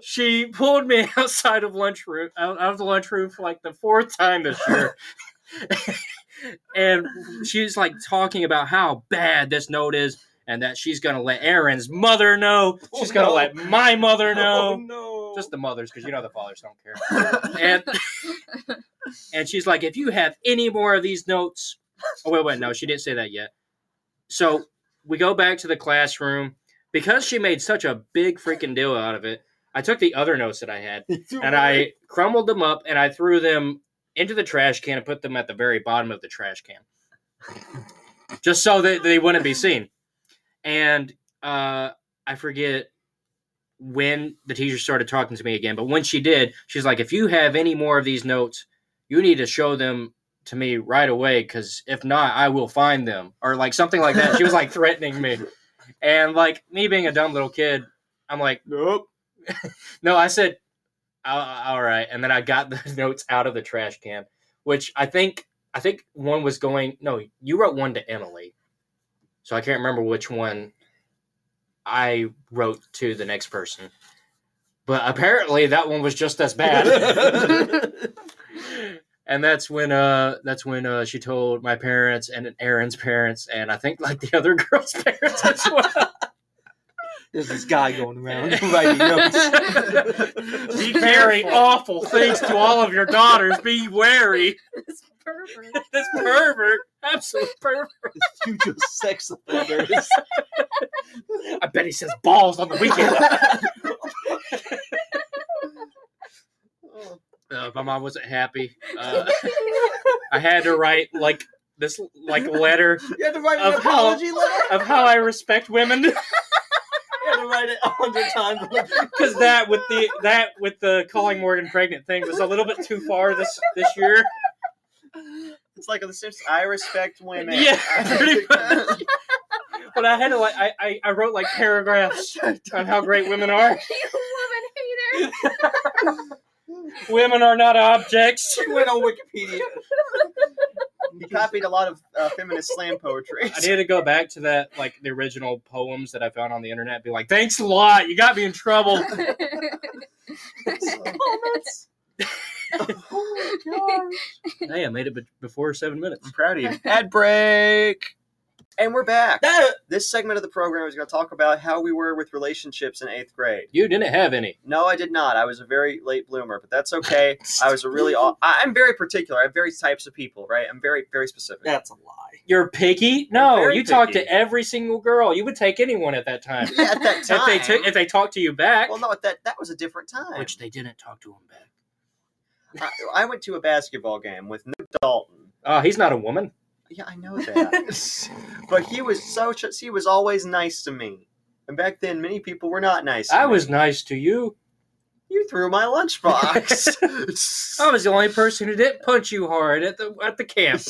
A: she pulled me [LAUGHS] outside of lunchroom, out, out of the lunchroom for like the fourth time this
C: [LAUGHS]
A: year. and she's like talking about how bad this note is and that she's gonna let Aaron's mother know. She's
C: Oh,
A: gonna
C: no.
A: let my mother know.
C: [LAUGHS] Oh, [LAUGHS] no.
A: Just the mothers, because you know the fathers don't care.
C: [LAUGHS]
D: [LAUGHS]
A: and and she's like, if you have any more of these notes, oh wait, wait, no, she didn't say that yet. So we go back to the classroom because she made such a big freaking deal out of it. I took the other notes that I had and I crumbled them up and I threw them into the trash can and put them at the very bottom of the trash can, just so that they wouldn't be seen. And uh, I forget when the teacher started talking to me again, but when she did, she's like, "If you have any more of these notes, you need to show them." To me right away, because if not, I will find them, or like something like that. She was like threatening me, and like me being a dumb little kid, I'm like,
C: Nope.
A: [LAUGHS] no, I said, "Uh, all right. And then I got [LAUGHS] the notes out of the trash can, which I think, I think one was going, no, you wrote one to Emily. So I can't remember which one I wrote to the next person. But apparently that one was just as [LAUGHS]
C: [LAUGHS]
A: bad. and that's when uh that's when uh she told my parents and Aaron's parents and I think like the other [LAUGHS] girl's parents as well.
C: There's this guy going around [LAUGHS] writing notes.
A: Be very awful things to all of your daughters. Be wary.
D: This pervert.
A: This pervert, absolute pervert.
C: Future sex offenders.
A: I bet he says balls on the weekend. Uh, my mom wasn't happy. [LAUGHS] Uh, [LAUGHS] I had to write like this, like letter
C: [LAUGHS] You had to write
A: Of
C: an apology letter.
A: of how I respect women.
C: [LAUGHS] You had to write it a hundred times.
A: because that with the that with the calling Morgan pregnant thing was a little bit too far this this year.
B: It's like on The Simpsons. I respect women.
A: [LAUGHS] Yeah, pretty much. But I had to like I, I, I wrote like paragraphs on how great women are.
D: [LAUGHS] you woman hater.
A: Women are not objects.
C: She went on [LAUGHS] Wikipedia.
B: He copied a lot of uh, feminist slam poetry.
A: [LAUGHS] I need to go back to that like the original poems that I found on the internet. and Be like, thanks a lot. You got me in trouble.
B: [LAUGHS]
A: hey, I made it be- before seven minutes.
B: I'm proud of you. Ad break. And we're back.
C: That-
B: This segment of the program is going to talk about how we were with relationships in eighth grade.
A: You didn't have any.
B: No, I did not. I was a very late bloomer, but that's okay. I was
A: [LAUGHS]
B: a really. Aw- I- I'm very particular. I have various types of people, right? I'm very, very specific.
C: that's a lie.
A: You're picky. No,
B: Very
A: you talked to
B: picky.
A: every single girl. You would take anyone at that time.
B: Yeah, at
A: [LAUGHS]
B: that
A: if
B: time.
A: they took if they talked to you back,
B: well, no, that that was a different time.
A: which they didn't talk to him back.
B: I, I went to a basketball game with Nick Dalton.
A: Oh, he's not a woman.
B: Yeah, I
A: [LAUGHS]
B: know that. but he was so ch- he was always nice to me. And back then, many people were not nice. To
A: I
B: me.
A: was nice to you.
B: You threw my lunchbox.
A: [LAUGHS] I was the only person who didn't punch you hard at the at the
B: [LAUGHS]
A: camp.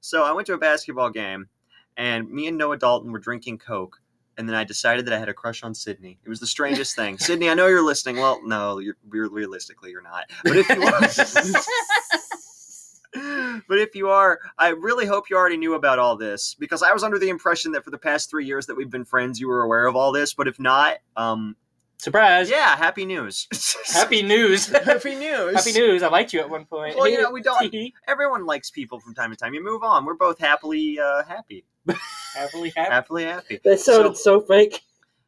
B: so I went to a basketball game, and me and Noah Dalton were drinking Coke. And then I decided that I had a crush on Sydney. It was the strangest thing. Sydney, I know you're listening. Well, no, you're, you're- realistically, you're not. But
A: [LAUGHS]
B: if you are, but if you are, I really hope you already knew about all this because I was under the impression that for the past three years that we've been friends, you were aware of all this. But if not, um,
A: Surprise!
B: yeah, happy news. [LAUGHS]
A: Happy news. Happy
B: happy news.
A: news. I liked you at one point.
B: Well, you know, we don't. Everyone likes people from time to time. You move on. We're both happily uh, happy.
A: Happily happy.
B: Happily happy.
C: That
B: sounded
C: so, fake.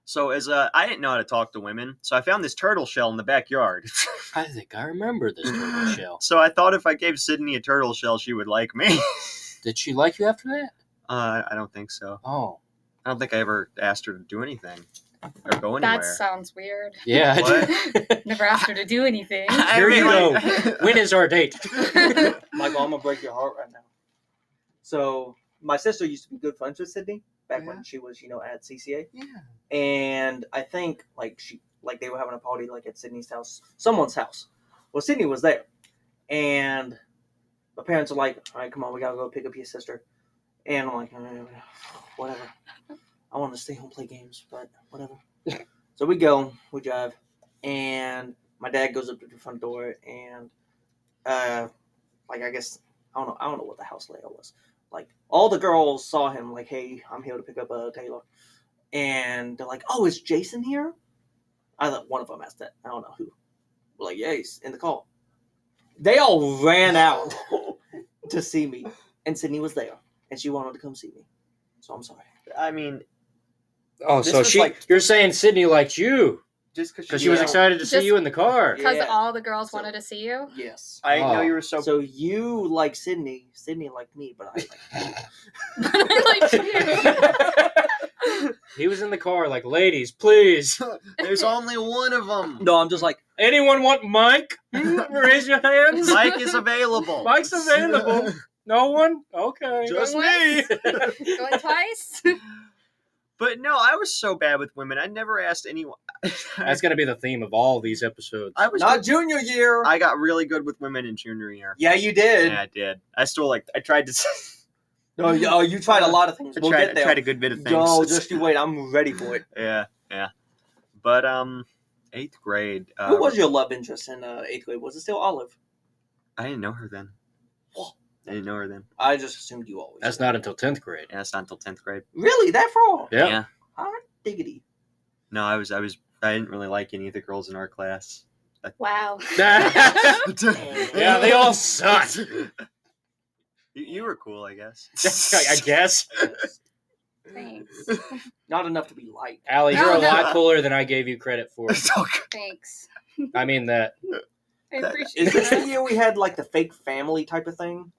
B: So as uh, I didn't know how to talk to women, so I found this turtle shell in the backyard.
A: I think I remember this [LAUGHS]
B: [GASPS]
A: turtle shell.
B: so I thought if I gave Sydney a turtle shell, she would like me. [LAUGHS]
A: Did she like you after that?
B: Uh, I don't think so.
A: Oh,
B: I don't think I ever asked her to do anything or go anywhere.
D: that sounds weird.
A: yeah.
B: What?
D: Never asked her to do [LAUGHS] anything.
B: I
A: Here you
B: mean,
A: go. [LAUGHS] when is our date?
C: Michael, I'm gonna break your heart right now. So my sister used to be good friends with Sydney back
E: Yeah.
C: when she was, you know, at CCA.
E: Yeah.
C: And I think like she like they were having a party like at Sydney's house, someone's house. Well, Sydney was there. And my parents are like, "All right, come on, we got to go pick up your sister." And I'm like, "Mm, "Whatever. I want to stay home play games, but
E: [LAUGHS]
C: whatever." so we go, we drive, and my dad goes up to the front door and uh like I guess I don't know, I don't know what the house layout was. Like all the girls saw him, like, hey, I'm here to pick up uh, Taylor, and they're like, oh, is Jason here? I thought one of them asked that. I don't know who. We're like, yeah, he's in the call. They all ran
B: [LAUGHS]
C: out to see me, and Sydney was there, and she wanted to come see me. So I'm sorry.
B: [LAUGHS] I mean,
A: Oh,
B: This
A: so
B: was
A: she
B: like-
A: you're saying Sydney liked you
B: just because
A: because she was
C: Yeah.
A: excited to see
D: Just-
A: you in the
D: [LAUGHS]
A: car.
D: because
C: Yeah.
D: all the girls
C: So-
D: wanted to see
C: [LAUGHS]
D: you. [LAUGHS]
C: Yes.
B: I didn't know
A: Oh.
B: you were so.
C: So you like Sydney, Sydney liked me, but I like
D: But I liked you.
A: He was in the car like, ladies, please.
B: [LAUGHS] There's only one of them.
C: no. I'm just like
A: Anyone want Mike? Hmm? Raise your
B: [LAUGHS]
A: hands.
B: Mike is available.
C: [LAUGHS]
A: Mike's available. No one? Okay.
B: [LAUGHS] Just
D: Going
B: me.
D: Going twice.
B: But no, I was so bad with women. I never asked [LAUGHS] anyone.
A: [LAUGHS] That's gonna be the theme of all these episodes.
B: I was.
C: not junior year.
B: I got really good with women in junior year.
C: yeah, you did.
B: Yeah, I did. I still like. I tried to. [LAUGHS]
C: No, you, oh, you tried a lot of things.
B: I
C: We'll
B: tried,
C: get
B: I
C: there.
B: tried a good bit of things.
C: No, just
B: [LAUGHS]
C: you wait. I'm ready for it.
B: yeah, yeah. But um, eighth grade. Uh,
C: Who was your love interest in uh, eighth grade? Was it still Olive?
B: I didn't know her then. I didn't know her then.
C: I just assumed you always.
A: That's not until tenth grade.
B: Yeah, that's not until tenth grade.
C: really that far.
A: Yeah.
B: Yeah.
C: Hot diggity.
B: No, I was. I was. I didn't really like any of the girls in our class.
D: wow.
A: Yeah, they all suck. [LAUGHS]
B: you, you were cool, I [LAUGHS] guess.
A: I guess.
D: Thanks.
C: Not enough to be light.
A: Allie, you're
D: No,
A: a
D: no.
A: lot cooler than I gave you credit
B: [LAUGHS]
A: for.
D: Thanks.
A: I mean that.
D: I
B: That-
D: appreciate
C: Is this the [LAUGHS]
D: that.
C: year we had like the fake family type of thing?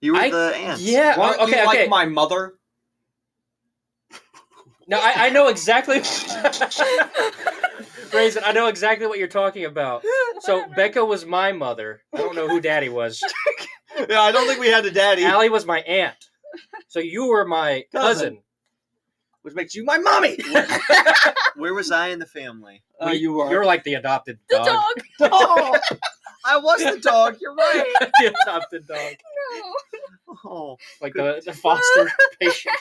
B: you were
A: I-
B: the aunt.
A: Yeah.
C: Weren't
A: oh, okay.
C: you
A: okay.
C: like my mother?
A: no, I, I know exactly. [LAUGHS] Raisin, I know exactly what you're talking about. So
D: Whatever.
A: Becca was my mother. I don't know who daddy
C: [LAUGHS]
A: was.
B: yeah. I don't think we had a daddy.
A: Allie was my aunt. So you were my cousin.
C: Which makes you my
A: [LAUGHS]
C: mommy.
B: Where was I in the family?
C: Uh,
A: We-
C: you
A: You're
C: were.
A: like the adopted
D: The
A: dog.
D: dog.
B: [LAUGHS] Oh, I was the dog. You're right.
A: [LAUGHS] the adopted dog.
D: No.
B: Oh,
A: Like the, the
B: [LAUGHS]
A: foster patient.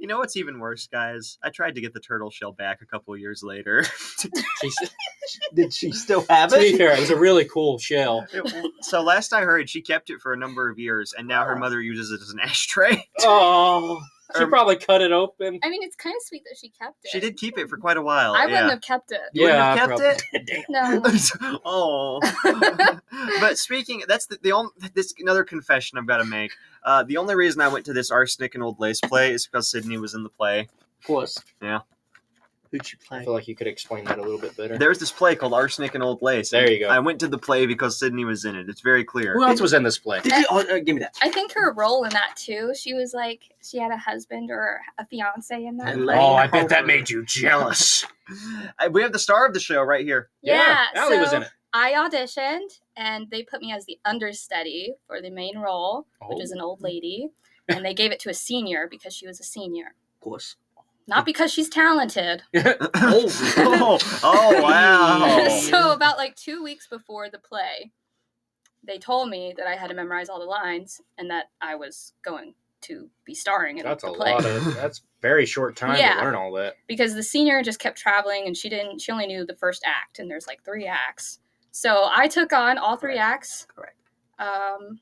B: you know what's even worse, guys? I tried to get the turtle shell back a couple of years later. [LAUGHS]
A: She's,
C: Did she still have
A: to be
C: it?
A: fair, it was a really cool shell.
B: It- so last I heard, she kept it for a number of years, and now her mother uses it as an ashtray.
A: Oh. She
C: Um,
B: Or-
A: probably cut it open.
D: I mean, it's kind of sweet that she kept it.
B: She did keep it for quite a while.
D: I wouldn't
B: yeah.
D: have kept it.
B: You wouldn't
A: Yeah,
B: have kept
A: probably.
B: it.
D: No.
B: [LAUGHS] oh, but speaking, that's the, the only this another confession I've got to make. Uh, the only reason I went to this arsenic and old lace play is because Sydney was in the play.
C: Of course.
B: Yeah.
C: Who'd she
A: I
C: play?
A: feel like you could explain that a little bit better.
B: There's this play called Arsenic and Old Lace.
A: There you go.
B: I went to the play because Sydney was in it. It's very clear.
A: Who else was in this play?
C: Did you, oh, uh, give me that.
D: I think her role in that too. She was like she had a husband or a fiance in that.
C: Elaine
A: Oh, I bet that
C: Hoover.
A: made you jealous.
B: I- we have the star of the show
A: [LAUGHS]
B: right here.
D: Yeah,
A: Allie was
D: so-
A: in it.
D: I auditioned and they put me as the understudy for the main role,
A: Oh.
D: which is an old lady, and they gave it to a senior because she was a senior,
C: Of course.
D: not because she's talented. [LAUGHS]
B: oh, oh, oh, wow.
D: so about like two weeks before the play, they told me that I had to memorize all the lines and that I was going to be starring in
A: That's a
D: the play
A: lot of. That's very short time
D: Yeah.
A: to learn all that.
D: because the senior just kept traveling and she didn't. She only knew the first act, and there's like three acts. So I took on all three acts.
C: Correct.
D: Um,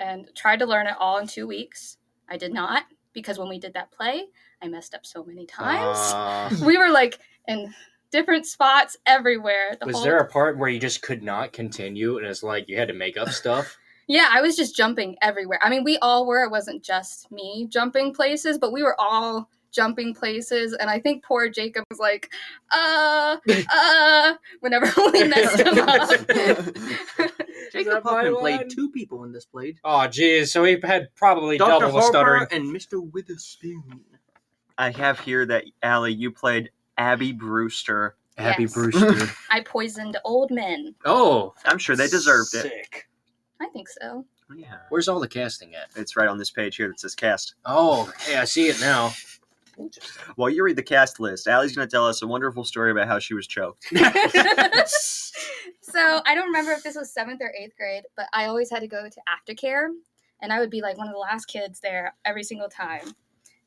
D: and tried to learn it all in two weeks. I did not because when we did that play, I messed up so many times.
A: Uh,
D: we were like in different spots everywhere. The
A: was
D: whole-
A: there a part where you just could not continue, and it's like you had to make up stuff?
D: Yeah, I was just jumping everywhere. I mean, we all were. It wasn't just me jumping places, but we were all jumping places. And I think poor Jacob was like, uh, uh, whenever [LAUGHS]
B: [LAUGHS]
D: we messed him up. [LAUGHS]
C: Jacob
A: my
C: Huffman
A: line?
C: played two people in this play.
A: [LAUGHS] Oh, geez. So he had probably
C: Dr.
A: double the stuttering.
C: Harper and Mr. Witherspoon.
B: I have here that, Allie, you played Abby Brewster.
A: Abby
D: Yes.
A: Brewster.
D: I poisoned old men.
A: [LAUGHS] oh,
B: I'm sure they deserved it.
C: Sick.
D: I think so.
B: Yeah.
A: Where's all the casting at?
B: It's right on this page here that says cast.
A: Oh, hey, I see it now.
B: While you read the cast list, Allie's going to tell us a wonderful story about how she was choked.
D: so I don't remember if this was seventh or eighth grade, but I always had to go to aftercare, and I would be like one of the last kids there every single time.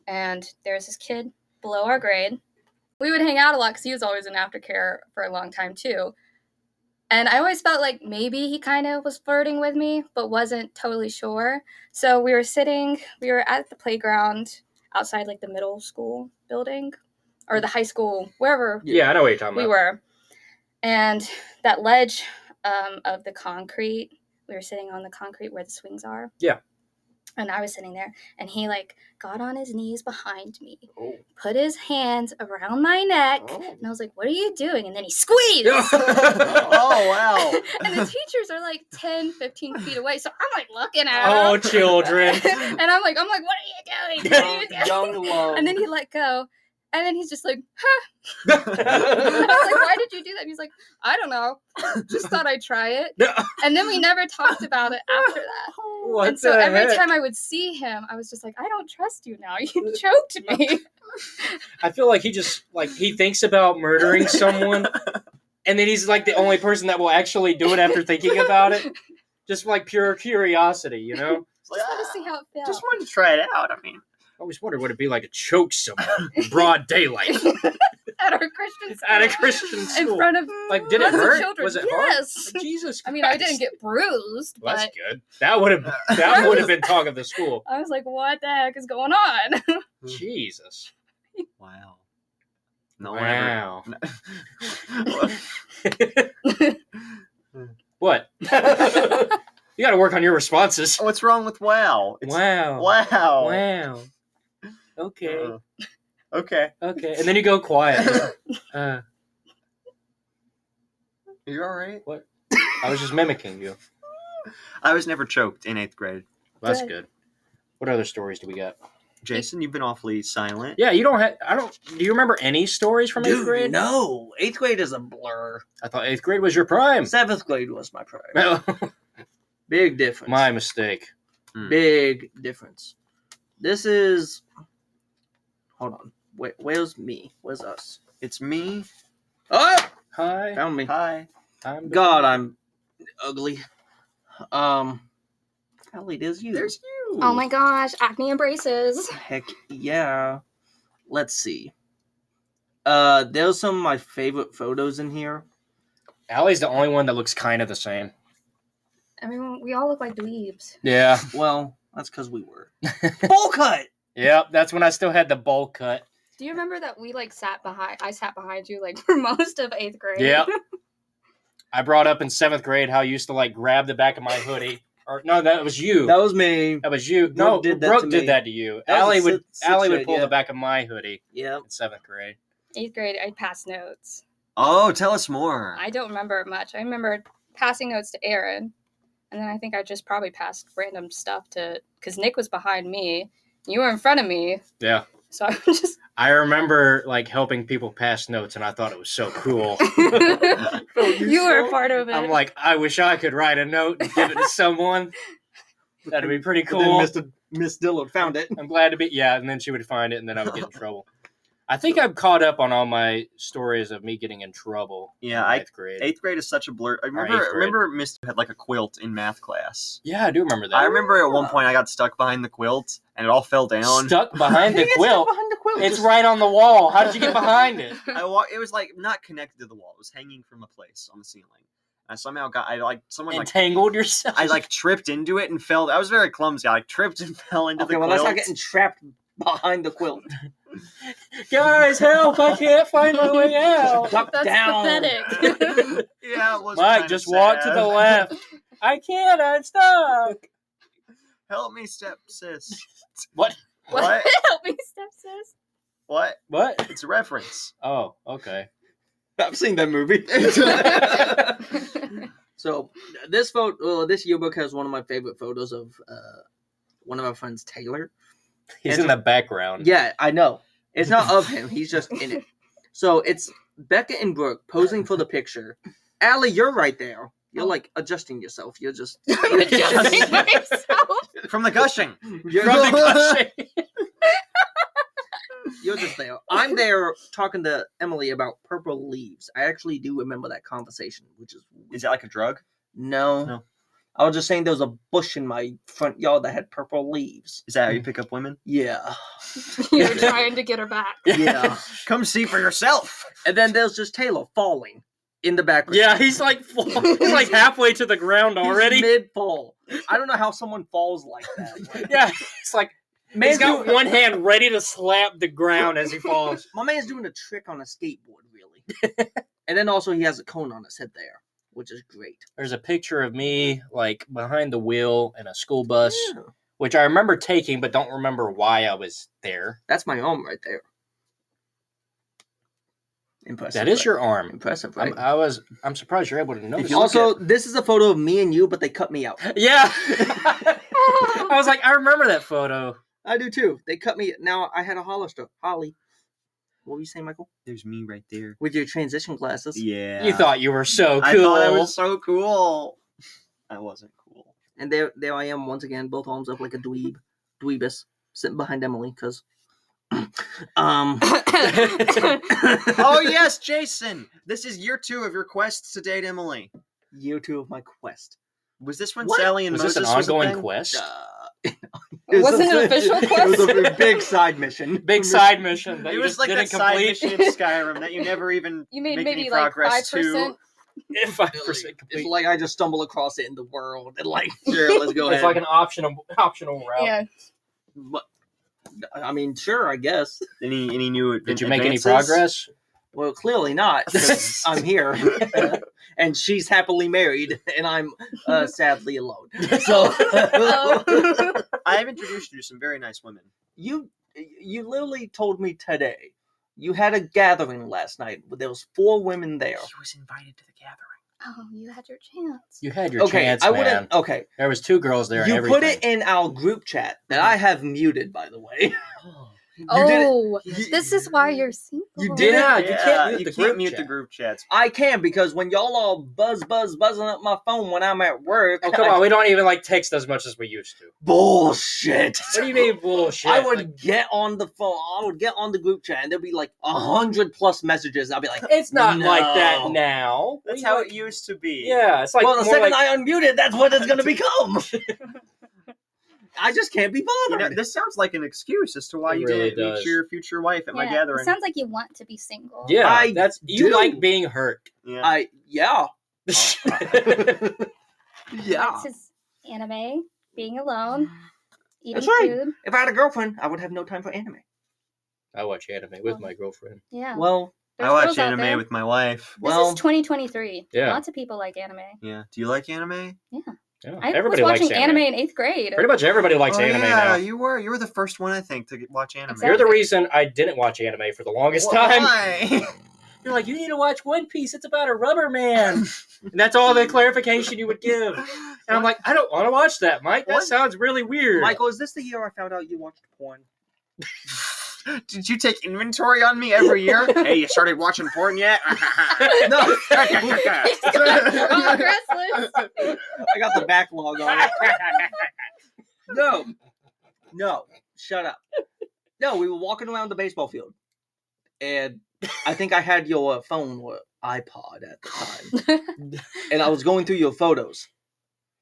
D: And there's this kid below our grade. We would hang out a lot because he was always in aftercare for a long time too. And I always felt like maybe he kind of was flirting with me, but wasn't totally sure. So we were sitting, we were at the playground outside like the middle school building or the high school, wherever
A: Yeah, I know what you're talking
D: we
A: about.
D: were. And that ledge um, of the concrete, we were sitting on the concrete where the swings are.
A: Yeah.
D: And I was sitting there, and he like got on his knees behind me,
A: Oh.
D: put his hands around my neck,
A: Oh.
D: and I was like, "What are you doing?" And then he squeezed.
A: [LAUGHS]
B: oh, wow.
D: [LAUGHS] and the teachers are like 10, 15 feet away, so I'm like looking at
A: [LAUGHS] Oh,
D: [LAUGHS] him.
A: children.
D: [LAUGHS] and I'm like, I'm like, "What are you doing?
A: [LAUGHS]
D: What are you doing?"
C: Young love.
D: And then he let go. And then he's just like, huh. I was like,
A: [LAUGHS]
D: why did you do that? And he's like, I don't know. Just thought I'd try it. And then we never talked about it after that.
A: what
D: and so
A: the
D: every
A: heck?
D: time I would see him, I was just like, I don't trust you now. [LAUGHS] You choked me.
A: I feel like he just like he thinks about murdering
D: [LAUGHS]
A: someone, and then he's like the only person that will actually do it after thinking about
D: [LAUGHS]
A: it. Just like pure curiosity, you know.
D: I just want to see how it felt.
B: Just wanted to try it out. I mean,
A: I always wonder what it'd be like to choke someone
D: [LAUGHS]
A: in broad daylight
D: at our Christian school.
A: at a Christian
D: In
A: school.
D: front of
A: Like, did it
D: lots of
A: hurt?
D: children.
A: Was it hard?
D: yes.
A: Like, Jesus. Christ.
D: I mean, I didn't get bruised,
A: Well,
D: but
A: that's good. That would have that would have been talk of the [LAUGHS] school.
D: I was like, what the heck is going on?
A: Jesus.
B: Wow. No one ever.
A: Wow.
B: [LAUGHS]
A: [LAUGHS] What? you got to work on your responses.
B: Oh, What's wrong with wow? It's-
A: Wow.
B: Wow.
A: Wow. Okay.
B: Uh, okay.
A: Okay, and then you go
C: [LAUGHS]
A: quiet. uh,
B: You're all right.
A: I was just mimicking you.
B: I was never choked in eighth grade.
A: That's
D: Good.
A: good. What other stories do we got?
B: Jason, you've been awfully silent.
A: Yeah, you don't have. I don't. Do you remember any stories from eighth
C: Dude,
A: grade?
C: no, eighth grade is a blur.
A: I thought eighth grade was your prime.
C: Seventh grade was my pride.
A: [LAUGHS] No,
C: Big
A: [LAUGHS]
C: difference.
A: My mistake.
C: big difference. This is. Hold on. Wait, where's me? Where's us?
B: It's me.
C: Oh,
A: Hi,
C: found me.
B: Hi.
A: I'm
C: God, I'm ugly. Um, Ellie, there's you.
B: There's you.
D: Oh my gosh, acne and braces.
C: Heck yeah. Let's see. Uh, there's some of my favorite photos in here.
A: Allie's the only one that looks kind of the same.
D: Everyone, we all look like dweebs.
A: Yeah.
C: Well, that's because we [LAUGHS] were bowl cut.
A: Yep. That's when I still had the bowl cut.
D: Do you remember that we like sat behind? I sat behind you like [LAUGHS] for most of eighth
C: [LAUGHS]
D: grade.
A: Yep. I brought up in seventh grade how I used to like grab the back of my
C: [LAUGHS]
A: hoodie. Or no, that was you.
C: That was me.
A: That was you. No,
C: Brooke did that
A: Brooke
C: to me.
A: did that to you.
C: That was
A: Allie
C: a
A: would
C: sit- sit
A: Allie would
C: chat,
A: pull
C: yeah.
A: the back of my hoodie
C: Yep. [LAUGHS]
A: in seventh grade.
D: [LAUGHS] Eighth grade, I passed notes.
B: Oh, tell us more.
D: I don't remember much. I remember passing notes to Aaron, and then I think I just probably passed random stuff to because Nick was behind me. You were in front of me,
A: Yeah.
D: so I was just. [LAUGHS]
A: I remember like helping people pass notes and I thought it was so
D: [LAUGHS]
A: cool.
C: Oh,
D: you were a part of it.
A: I'm like, I wish I could write a note and give it to someone. That'd be pretty
C: And then
A: cool.
C: Mr. Miss Dillard found it.
A: I'm glad to be yeah, and then she would find it and then I would get in trouble. I think I'm caught up on all my stories of me getting in trouble.
B: Yeah,
A: in
B: I-
A: eighth grade.
B: Eighth grade is such a blur. I remember.
A: eighth grade.
B: remember, Miss had like a quilt in math class.
A: yeah, I do remember that.
B: I remember at one point I got stuck behind the quilt and it all fell down.
A: stuck behind
C: [LAUGHS]
A: the
C: It's
A: quilt.
C: Behind the quilt.
A: It's
C: Just-
A: right on the wall. How did you get behind
B: [LAUGHS]
A: it?
B: I wa- it was like not connected to the wall. It was hanging from a place on the ceiling. I somehow got I like someone like
A: Entangled yourself.
B: I like tripped into it and fell. I was very clumsy. I like, tripped and [LAUGHS] fell into
C: [LAUGHS] Okay,
B: the
C: well,
B: quilt.
C: that's not getting trapped behind the quilt.
A: [LAUGHS] guys, help! I can't find
B: [LAUGHS]
A: my way out.
C: Duck
D: That's
C: down.
D: [LAUGHS] pathetic.
C: [LAUGHS]
B: yeah, it was.
A: Mike,
B: kinda
A: just walk to
B: sad.
A: the [LAUGHS] left. I can't. I'm stuck.
B: [LAUGHS] Help me, step sis.
A: What?
B: What?
D: [LAUGHS] Help me, stepsis.
B: What?
A: What?
B: It's a reference.
A: Oh, [LAUGHS] okay.
C: [LAUGHS] I've seen that [LAUGHS] movie. so this photo, uh, this yearbook has one of my favorite photos of uh, one of our friends, Taylor.
A: He's
C: It's-
A: in the background.
C: Yeah, I know. It's not of him. He's just in it. So it's Becca and Brooke posing for the picture. Allie, you're right there. You're like adjusting yourself.
A: [LAUGHS]
C: You're just
D: Adjusting myself.
B: [LAUGHS] From the gushing.
C: you're,
A: From the
C: just,
A: [LAUGHS] gushing.
C: you're just there. I'm there talking to Emily about purple leaves. I actually do remember that conversation, which is
B: Is it like a drug?
C: no.
B: No.
C: I was just saying there was a bush in my front yard that had purple leaves.
B: Is that how you pick up women?
C: Yeah.
D: You're trying to get her back.
A: [LAUGHS]
C: Yeah.
B: Come see for yourself.
C: and then there's just Taylor falling in the background.
A: Yeah, he's like full, he's like halfway to the ground already.
C: mid fall. I don't know how someone falls like
A: [LAUGHS]
C: that. Like,
A: Yeah, it's like
C: man's
A: he's got
C: doing-
A: one hand ready to slap the ground as he falls.
C: My man's doing a trick on a skateboard, really. [LAUGHS] and then also he has a cone on his head there, which is great.
A: [LAUGHS] There's a picture of me like behind the wheel in a school bus, which I remember taking, but don't remember why I was there.
C: That's my arm right there. Impressive.
A: That is
C: right?
A: your arm.
C: impressive, right?
A: I'm, I was. I'm surprised you're able to notice.
B: you look
C: also, this is a photo of me and you, but they cut me out. [GASPS]
A: yeah, [LAUGHS] I was like, I remember that photo.
C: I do too. They cut me. Now I had a Hollister. Holly. What were you saying, Michael?
B: There's me right there.
C: With your transition glasses.
B: Yeah.
A: You thought you were so cool.
B: I thought I was so cool. I wasn't cool.
C: And there, there I am once again, both arms up like a dweeb, dweebus, sitting behind Emily, cause, [CLEARS THROAT] um,
D: [LAUGHS]
B: oh yes, Jason. This is year two of your quests to date Emily.
C: year two of my quest.
B: Was this when
C: What?
B: Sally and
A: was
B: Moses
A: this an
B: was a
A: ongoing
B: thing?
A: quest?
C: Uh,
D: It wasn't an official
C: [LAUGHS] It was a
A: quest?
C: big side mission.
A: Big side mission. That
B: It
A: you
B: was
A: just
B: like
A: didn't
B: that side
A: complete. [LAUGHS]
B: mission in Skyrim that you never even
D: You made
B: make
D: maybe
B: any
D: like five
B: progress
D: percent.
B: to.
A: Five
C: Really.
A: percent complete.
C: It's like I just stumble across it in the world and like, sure, let's go
A: It's
C: ahead.
A: like [LAUGHS] an optional optional route.
D: Yeah.
C: but, I mean, sure, I guess.
B: Any any new?
A: Did you make
B: advances?
A: any [LAUGHS] progress?
C: Well, clearly not. 'cause [LAUGHS] I'm here, and she's happily married, and I'm uh, sadly alone.
B: [LAUGHS]
C: So
A: [LAUGHS]
C: [LAUGHS]
D: Oh.
B: I have introduced you to some very nice women.
C: you you literally told me today you had a gathering last night. There was four women there.
B: was invited to the gathering.
D: Oh, you had your chance.
A: You had your
C: okay,
A: chance,
C: I
A: man.
C: wouldn't. Okay,
A: There was two girls there.
C: you
A: and
C: put
A: everything.
C: it in our group chat that I have muted, by the way. [LAUGHS] You did it.
D: Oh,
C: You-
D: this is why you're single.
C: You did it?
A: Yeah, you can't mute the group
B: uh, mute
A: chat.
B: the group chats.
C: I can because when y'all all buzz buzz buzzing up my phone when I'm at work.
A: Oh come on, we don't even like text as much as we used to.
C: bullshit.
A: What do you
B: [LAUGHS]
A: mean bullshit?
C: I would
A: Like,
C: get on the phone. I would get on the group chat, and there'd be like a hundred plus messages. and I'd be [LAUGHS] like,
A: it's not like that
C: No.
A: now.
B: That's
A: We
B: how
A: were-
B: it used to be.
A: Yeah, it's like
C: "Well, the
A: more
C: second
A: like,
C: I unmute it, that's what it's [LAUGHS] gonna become." I just can't be
B: You know,
C: bothered.
B: this sounds like an excuse as to why
A: It
B: you
A: really
B: didn't
A: does.
B: meet your future wife at my
D: Yeah, It
B: gathering.
D: sounds like you want to be single.
A: yeah,
C: I
A: that's you
C: do.
A: like being hurt. [LAUGHS]
B: yeah.
C: I yeah yeah.
D: That's his anime, being alone, eating
C: That's right.
D: food.
C: If I had a girlfriend, I would have no time for anime.
A: I watch anime with my girlfriend.
D: Yeah.
C: Well,
D: there's
B: I watch
D: girls out there.
B: anime with my wife.
D: This
C: well-
D: is 2023.
A: Yeah.
D: Lots of people like anime.
B: Yeah. Do you like anime?
A: Yeah,
D: I
A: everybody
D: was watching
A: likes
D: anime.
A: anime.
D: in eighth grade. [LAUGHS]
A: Pretty much everybody likes
B: oh,
A: anime
B: yeah,
A: now.
B: you were. You were the first one, I think, to get, watch anime.
D: Exactly.
A: You're the reason I didn't watch anime for the longest time.
B: [LAUGHS] Why?
A: You're like, you need to watch One Piece. It's about a rubber man. [LAUGHS] and that's all the clarification you would give. And I'm like, I don't want to watch that, Mike. That
C: What?
A: sounds really weird.
C: Michael, is this the year I found out you watched porn?
B: Did you take inventory on me every year? hey, you started watching porn yet? [LAUGHS]
C: [LAUGHS] [LAUGHS] No,
D: It's
C: [LAUGHS]
D: got progress list.
C: I got the backlog on
A: [LAUGHS]
C: it. [LAUGHS] No, no, shut up. No, we were walking around the baseball field, and I think I had your uh, phone or iPod at the time,
D: [LAUGHS]
C: and I was going through your photos,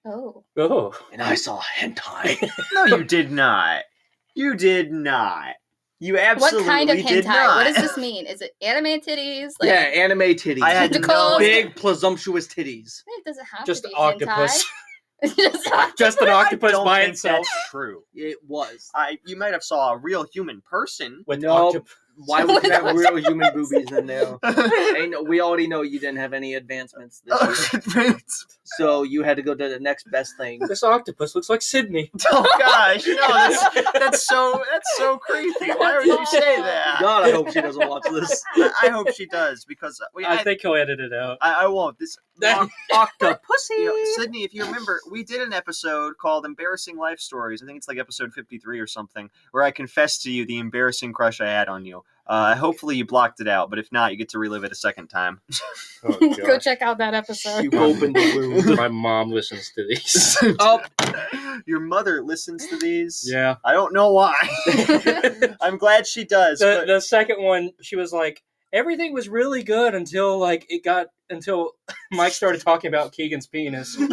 D: Oh.
A: oh.
C: and I saw
D: [LAUGHS]
C: hentai.
B: no, you did not. You did not. You absolutely
D: What kind of
B: did
D: hentai?
B: not.
D: What does this mean? Is it anime titties? Like,
C: yeah, anime titties,
B: I had no
D: Tentacles.
B: idea.
C: [LAUGHS] big presumptuous titties.
D: It doesn't have
A: Just
D: to be
A: octopus.
D: hentai. [LAUGHS] Just octopus.
A: [LAUGHS] Just an octopus
B: Don't
A: by
B: think
A: itself.
B: that's true.
C: It was.
B: I, you might have saw a real human [LAUGHS] person.
A: With
C: No.
A: octop-
D: [LAUGHS]
C: Why would you have
D: What
C: real human boobies in there?
B: Oh,
C: Ain't no- we already know you didn't have any advancements
D: Oh,
C: this year, so you had to go to the next best thing.
A: This octopus looks like Sydney.
B: oh gosh, no, that's, [LAUGHS] that's so that's so creepy. Why would you say that?
C: God, I hope she doesn't watch
D: [LAUGHS]
C: this.
B: I I hope she does because we, I,
A: I think he'll edit it out.
B: I, I won't. This
A: That-
C: Octopussy.
B: you know, Sydney, if you remember, we did an episode called "Embarrassing Life Stories." I think it's like episode fifty-three or something, where I confessed to you the embarrassing crush I had on you, Uh, hopefully you blocked it out, but if not, you get to relive it a second time. [GASPS]
A: Oh,
D: [LAUGHS] [LAUGHS] Go
A: God.
D: check out that episode.
C: You opened the wound.
A: My mom listens to these.
C: Oh.
B: Your mother listens to these.
A: [LAUGHS] [LAUGHS] Yeah.
B: I don't know
D: [LAUGHS]
B: why. [LAUGHS] I'm glad she does.
A: The,
B: but
A: the second one, she was like, everything was really good until like it got until [LAUGHS] Mike started talking about Keegan's penis.
D: [LAUGHS]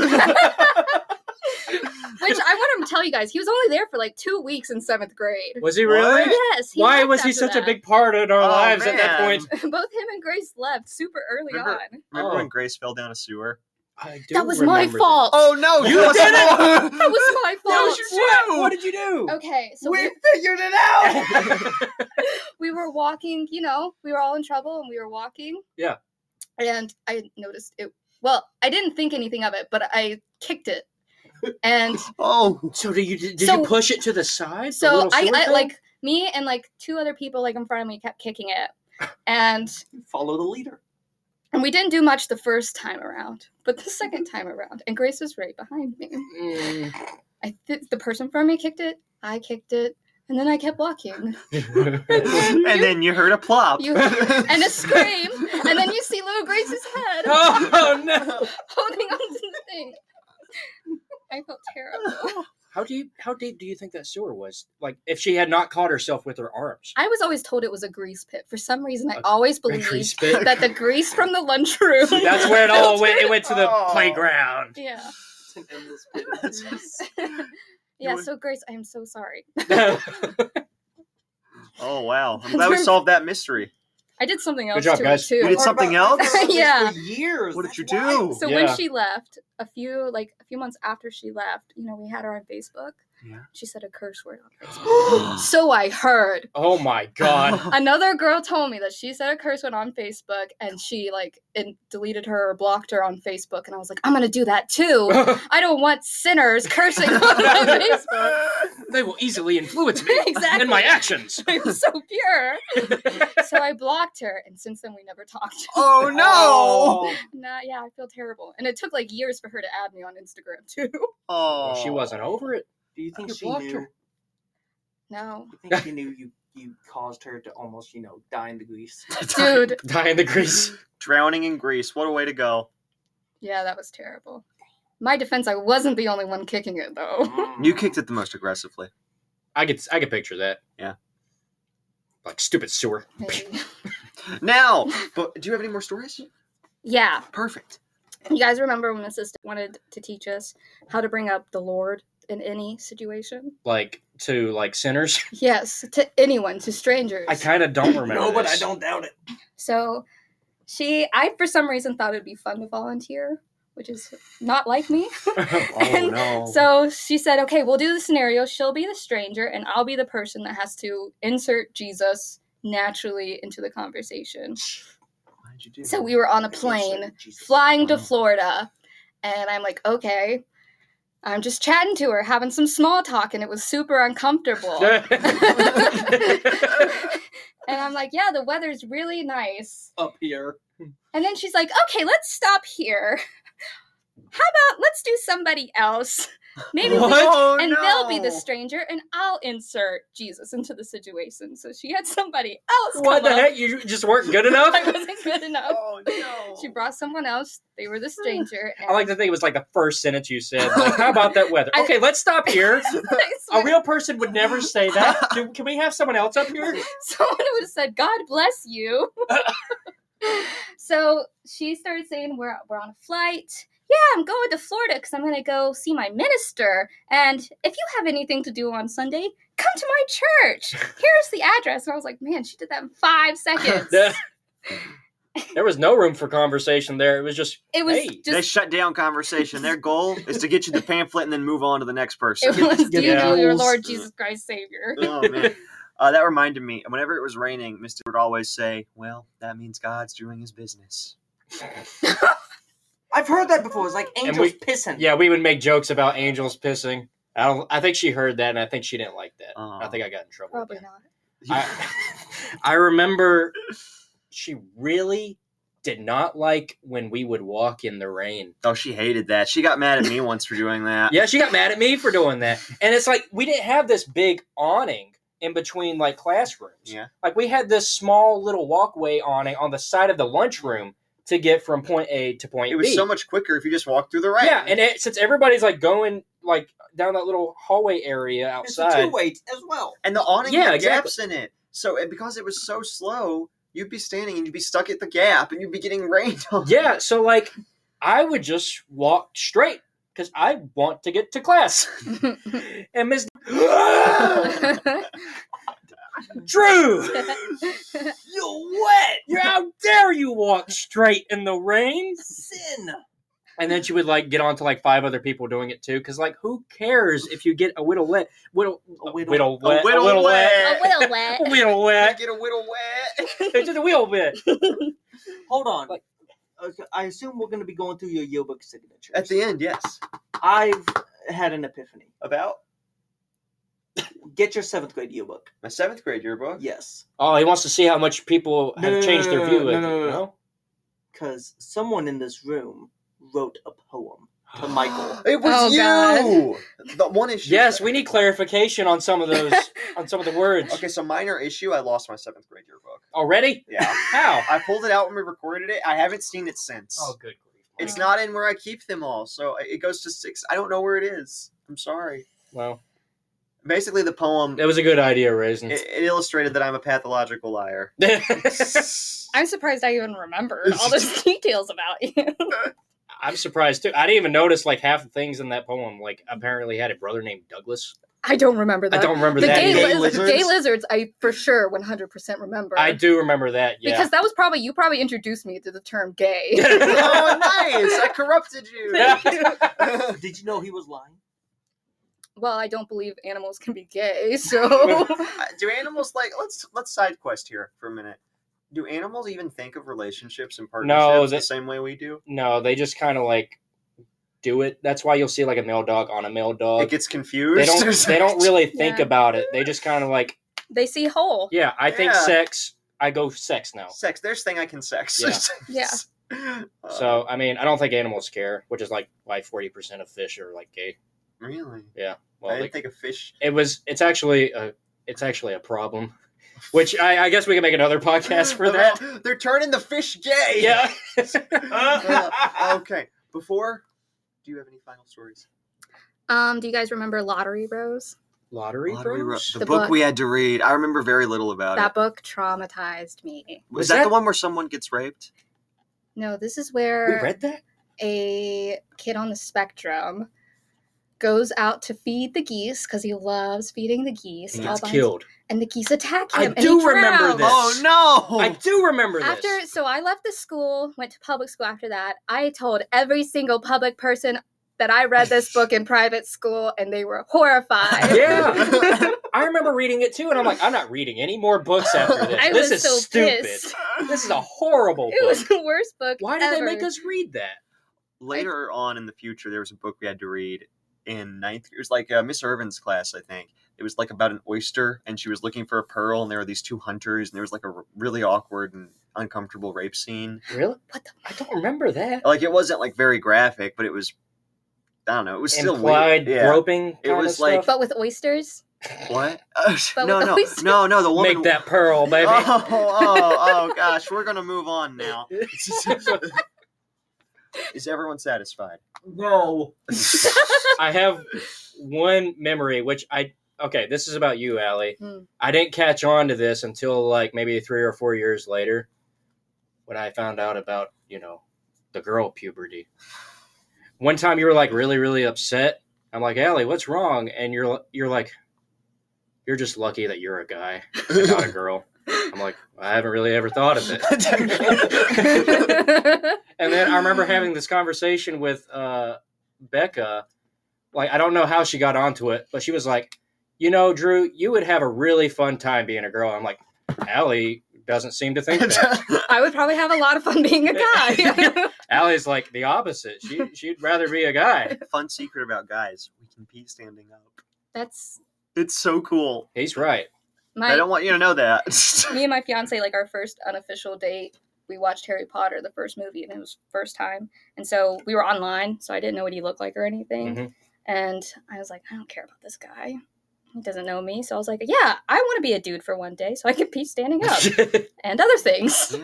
D: Which I want to tell you guys, he was only there for like two weeks in seventh grade.
A: Was he really?
B: What?
D: Yes. he
A: Why
D: left
A: was he
D: after
A: such a
D: that.
A: big part in our
B: Oh,
A: lives at that
B: man.
A: point?
D: [LAUGHS] Both him and Grace left super early
B: Remember-
D: on.
B: Remember
A: Oh.
B: when Grace fell down a sewer? Oh,
A: I do
D: That was my
A: remember
D: fault.
B: no,
A: You that was did it!
B: it.
D: Oh,
A: [LAUGHS]
D: that was my
A: that.
D: fault.
A: What? What did you do?
D: Okay, so
C: we
D: we,
C: figured it out.
D: [LAUGHS] we were walking, you know, we were all in trouble and we were walking.
A: Yeah.
D: And I noticed it. Well, I didn't think anything of it, but I kicked it.
A: [LAUGHS]
D: And
B: Oh,
A: So did you did
D: So-
A: you push it to the side? the
D: so
A: little
D: I,
A: sewer
D: I
A: thing?
D: like me and like two other people like in front of me kept kicking it. And
C: [LAUGHS] Follow the
D: [LAUGHS]
C: leader.
D: and we didn't do much the first time around, but the second time around, and Grace was right behind me.
A: Mm.
D: I th- the person from me kicked it, I kicked it, and then I kept walking.
B: and then you heard a plop.
D: You- and a scream, and then you see little Grace's head
A: [LAUGHS] [LAUGHS] oh no!
D: [LAUGHS] holding on to the thing. I felt terrible.
A: How do you how deep do you think that sewer was? Like if she had not caught herself with her arms.
D: I was always told it was a grease pit. For some reason, I
A: A-
D: always
A: Grease
D: believed
A: pit.
D: that the grease from the lunchroom.
A: [LAUGHS] That's where it all went. It went to the
B: Oh.
A: playground.
D: [LAUGHS]
A: [LAUGHS]
D: Yeah.
C: It's an endless pit.
B: That's just-
D: Yeah,
B: were-
D: so Grace, I am so sorry.
A: Good
B: [LAUGHS] oh wow! I'm glad we solved that mystery.
D: I did something else
A: job,
D: to
A: guys.
D: it too.
B: You did
C: Or
B: something
C: about-
B: else?
C: for
D: [LAUGHS] Yeah.
C: years.
B: What did you
C: That's wild.
B: do?
D: So
A: Yeah.
D: when she left, a few like a few months after she left, you know, we had her on Facebook.
A: Yeah.
D: She said a curse word on Facebook. so I heard.
A: Oh my [GASPS] god. [LAUGHS]
D: Another girl told me that she said a curse word on Facebook and she like and deleted her or blocked her on Facebook and I was like, I'm gonna do that too. I don't want sinners cursing
A: [LAUGHS]
D: on my Facebook. [LAUGHS]
A: they will easily influence me
D: Exactly.
A: in my
D: [LAUGHS]
A: actions.
D: I'm so pure. so I blocked her and since then we never talked.
B: oh [GASPS] no!
D: nah, yeah, I feel terrible. And it took like years for her to add me on Instagram
A: [LAUGHS]
D: too.
B: Oh,
A: Well, she wasn't over it.
C: Do you think
A: You
C: she
A: blocked
C: knew?
A: her.
D: No.
C: You think she knew you you caused her to almost you know die in the
D: [LAUGHS]
C: grease?
D: Dude.
A: Die in the grease.
B: Drowning in grease. What a way to go.
D: Yeah, that was terrible. My defense, I wasn't the only one kicking
A: Mm-hmm.
D: it though.
C: Mm.
B: You
A: Mm.
B: kicked it the most aggressively.
A: I could I could picture that.
B: Yeah.
A: Like stupid sewer.
D: [LAUGHS] Maybe. [LAUGHS]
B: Now, but do you have any more stories?
D: yeah,
B: Perfect.
D: you guys remember when Mrs. wanted to teach us how to bring up the Lord in any situation?
A: Like to like sinners.
D: Yes, to anyone, to strangers.
A: I kind of don't remember.
C: No, but I
A: this. [LAUGHS]
C: don't [LAUGHS]
B: [LAUGHS]
C: doubt it.
D: so, she, I for some reason thought it'd be fun to volunteer, which is not like me.
A: oh
D: And
A: no.
D: [LAUGHS] So she said, okay, we'll do the scenario. She'll be the stranger, and I'll be the person that has to insert Jesus naturally into the conversation.
B: Why did you do?
D: So
B: that?
D: we were on a
C: Yes,
D: plane
C: Jesus.
D: flying to
B: Wow.
D: Florida, and I'm like, okay. I'm just chatting to her, having some small talk, and it was
A: [LAUGHS]
D: super uncomfortable. [LAUGHS] and I'm like, yeah, the weather's really nice.
C: up here.
D: And then she's like, okay, let's stop here. [LAUGHS] How about let's do somebody else? Maybe we
A: What?
B: Oh,
D: [LAUGHS] and they'll be the
B: no.
D: stranger, and I'll insert Jesus into the situation. So she had somebody else.
A: what the
D: come up. [LAUGHS]
A: heck? You just weren't good enough.
D: I wasn't good enough.
B: Oh no.
D: [LAUGHS] She brought someone else. They were the stranger.
A: [LAUGHS]
D: And
A: I like to
D: [LAUGHS]
A: think it was like the first sentence you said. Like, how about that weather?
D: I-
A: okay, let's stop here.
D: I
A: A
D: swear,
A: real person would [LAUGHS] never say that. Do, can we have someone else up here?
D: [LAUGHS] someone would have said, "God bless you." [LAUGHS] so she started saying, "We're we're on a flight." Yeah, I'm going to Florida because I'm going to go see my minister. And if you have anything to do on Sunday, come to my church. Here's the address. And I was like, man, she did that
A: [LAUGHS]
D: in five seconds. [LAUGHS]
A: The- there [LAUGHS] was no room for conversation there. It was just
D: It was
A: Hey,
D: just
B: they shut down conversation. Their goal is to get you the pamphlet and then move on to the next person.
D: It was
A: get
D: do you
A: the
D: know your
C: rules.
D: Lord Jesus Christ Savior.
B: [LAUGHS] oh man. Uh, that reminded me. Whenever it was raining, Mister would always say, "Well, that means God's doing His business."
C: I've heard that before. It's like
A: And
C: angels
A: we-
C: pissing.
A: yeah. We would make jokes about angels pissing. I don't. I think she heard that, and I think she didn't like that.
B: Aw.
A: I think I got in trouble. with
D: Probably
A: that.
D: not.
A: I, [LAUGHS] I remember she really did not like when we would walk in the rain.
B: [LAUGHS] oh, she hated that. She got mad at
A: [LAUGHS]
B: me once for doing that.
A: Yeah, she got mad at me for doing that. And it's like we didn't have this big awning in between like classrooms.
B: Yeah.
A: Like we had this small little walkway on it on the side of the lunchroom to get from point A to point
B: It was
A: B.
B: so much quicker if you just walked through the right.
A: Yeah, and it, since everybody's like going like down that little hallway area
E: It's a
A: outside,
E: two way as well.
B: and the awning
A: Yeah,
B: had
A: exactly.
B: gaps in it. So and because it was so slow, you'd be standing and you'd be stuck at the gap and you'd be getting rained on.
A: yeah. So like, I would just walk straight because I want to get to class. [LAUGHS]
D: [LAUGHS]
A: and Miss [GASPS] Drew,
E: You're wet.
A: you- how dare you walk straight in the rain?
E: Sin.
A: And then she would like get on to like five other people doing it too, because like who cares if you get a whittle wet, whittle,
E: A
A: a
E: whittle-
A: whittle, wet,
B: whittle
D: a little wet.
A: a [LAUGHS] whittle wet,
B: get a whittle wet. [LAUGHS]
A: it's just a wheel bit.
E: Hold on.
A: Like-
E: Okay, I assume we're going to be going through your yearbook signature.
B: At the end, yes.
E: I've had an epiphany.
B: About
E: Get your seventh grade yearbook.
B: my seventh grade yearbook.
E: Yes.
A: Oh, he wants to see how much people
E: No,
A: have
E: no, no,
A: changed
E: no,
A: their
E: no,
A: view.
E: no,
A: of
E: no,
A: it,
E: no, no.
A: no?
E: Because someone in this room wrote a poem
C: [GASPS]
E: to Michael.
B: It was
D: Oh,
B: you. The one issue.
A: Yes, we need clarification on some of
D: [LAUGHS]
A: those on some of the words
B: Okay, so minor issue. I lost my seventh grade yearbook.
A: already.
B: Yeah,
A: How? [LAUGHS]
B: I pulled it out when we recorded it. I haven't seen it since.
A: good grief!
B: It's not in where I keep them all, so it goes to six. I don't know where it is. I'm sorry.
A: Well,
B: Basically, the poem
A: that was a good idea, Raisin.
B: it, it illustrated that I'm a pathological
A: [LAUGHS]
B: [LAUGHS] liar. Oh,
D: I'm surprised I even remembered all those [LAUGHS] details about you.
A: I'm surprised too. I didn't even notice like half the things in that poem. Like apparently had a brother named Douglas.
D: I don't remember
A: I
D: that.
A: don't remember
D: the
A: that.
D: gay,
A: either.
B: Gay
D: liz-
B: lizards?
D: gay lizards, I for sure 100% remember.
A: I do remember that. Yeah.
D: Because that was probably, you probably introduced me to the term
A: [LAUGHS]
D: gay.
B: oh, nice! I corrupted you.
E: Did you know he was lying?
D: [LAUGHS] well, I don't believe animals can be
A: [LAUGHS]
D: gay, so.
B: [LAUGHS]
D: [LAUGHS]
B: Do animals like? Let's let's side quest here for a minute. Do animals even think of relationships and partnerships
A: they-
B: the same way we do?
A: no, they just kind of like do it. That's why you'll see like a male dog on a male
B: It
A: dog.
B: gets confused.
A: They don't. They
B: [LAUGHS]
A: don't really think
D: Yeah.
A: about it. They just kind of like,
D: they see whole.
A: yeah, I think
B: Yeah.
A: sex. I go sex now.
B: sex. There's thing I can sex. [LAUGHS]
D: Yeah.
B: Uh,
A: So I mean, I don't think animals care, which is like why forty percent of fish are like gay.
B: really, I
A: Well,
B: didn't
A: like,
B: think
A: [LAUGHS]
B: a fish.
A: it was. It's actually a. It's actually a problem, which I, I guess we can make another podcast for that.
B: Well, [LAUGHS] They're turning the fish gay. [LAUGHS]
A: Yeah.
B: Uh, okay. Before, do you have any final stories?
D: Um, do you guys remember Lottery Bros?
A: [LAUGHS] Lottery,
B: Lottery Ro-
A: Bros?
B: the,
D: The
B: book,
D: book.
B: we had to read. I remember very little about
D: That
B: it.
D: book traumatized me.
B: Was,
A: Was
B: that, the
A: that-
B: one where someone gets raped?
D: No, this is
A: We
D: where
A: read that.
D: a kid on the spectrum goes out to feed the geese because he loves feeding the geese.
A: He
D: all
A: gets
D: by himself.
A: killed.
D: And the geese attack
A: I
D: him. and
A: do
D: he
A: remember
D: drowns.
A: this. Oh,
B: no!
A: I do remember this.
D: After so I left the school, went to public school after that. I told every single public person that I read this book in private school and they were horrified.
A: Yeah. I remember reading it too, and I'm like, I'm not reading any more books
D: [LAUGHS]
A: after this.
D: I
A: this
D: was
A: is
D: so
A: stupid.
D: pissed.
A: [LAUGHS] This is a horrible
D: It
A: book.
D: was the worst book.
A: Why did
D: ever.
A: they make us read that?
B: Later on in the future, there was a book we had to read in ninth. It was like uh, Miss Irvin's class, I think. It was like about an oyster, and she was looking for a pearl, and there were these two hunters, and there was like a r- really awkward and uncomfortable rape scene.
A: Really?
D: What the
A: I don't remember that.
B: Like it wasn't like very graphic, but it was. I don't know. It was still
A: Implied
B: weird. Yeah.
A: groping.
B: It
A: kind
B: was
A: of
B: like-
A: stuff?
D: But with
A: [LAUGHS]
D: oysters? [LAUGHS]
B: What? [LAUGHS]
D: But
B: no,
D: with
B: no,
D: oysters.
B: no, no. The woman.
A: make that pearl, baby.
B: [LAUGHS] Oh, oh, oh, gosh, we're gonna move
A: [LAUGHS]
B: on now. Is
A: [LAUGHS]
B: everyone satisfied?
E: No.
A: I have one memory, which I okay. This is about you, Allie.
D: Hmm.
A: I didn't catch on to this until like maybe three or four years later, when I found out about you know the girl puberty. One time you were like really really upset. I'm like Allie, what's wrong? And you're you're like, you're just lucky that you're a guy, and not a girl. I'm like, I haven't really ever thought of it. And then I remember
B: [LAUGHS]
A: having this conversation with uh, Becca. Like, I don't know how she got onto it, but she was like, You know, Drew, you would have a really fun time being a girl. I'm like, Allie doesn't seem to
B: [LAUGHS]
A: think that.
D: I would probably have a lot of fun being a
A: [LAUGHS]
D: guy.
A: Allie's like the opposite. She, she'd rather be a guy.
B: Fun secret about guys: we can pee standing up.
D: That's
B: It's so cool.
A: He's right.
D: my
B: I don't want you to know that. [LAUGHS]
D: me and my fiance like our first unofficial date we watched harry potter the first movie and it was first time and so we were online so i didn't know what he looked like or anything
A: Mhm.
D: and i was like i don't care about this guy He doesn't know me, so I was like, yeah, I want to be a dude for one day so I can pee
A: [LAUGHS]
D: standing up and other things. [LAUGHS]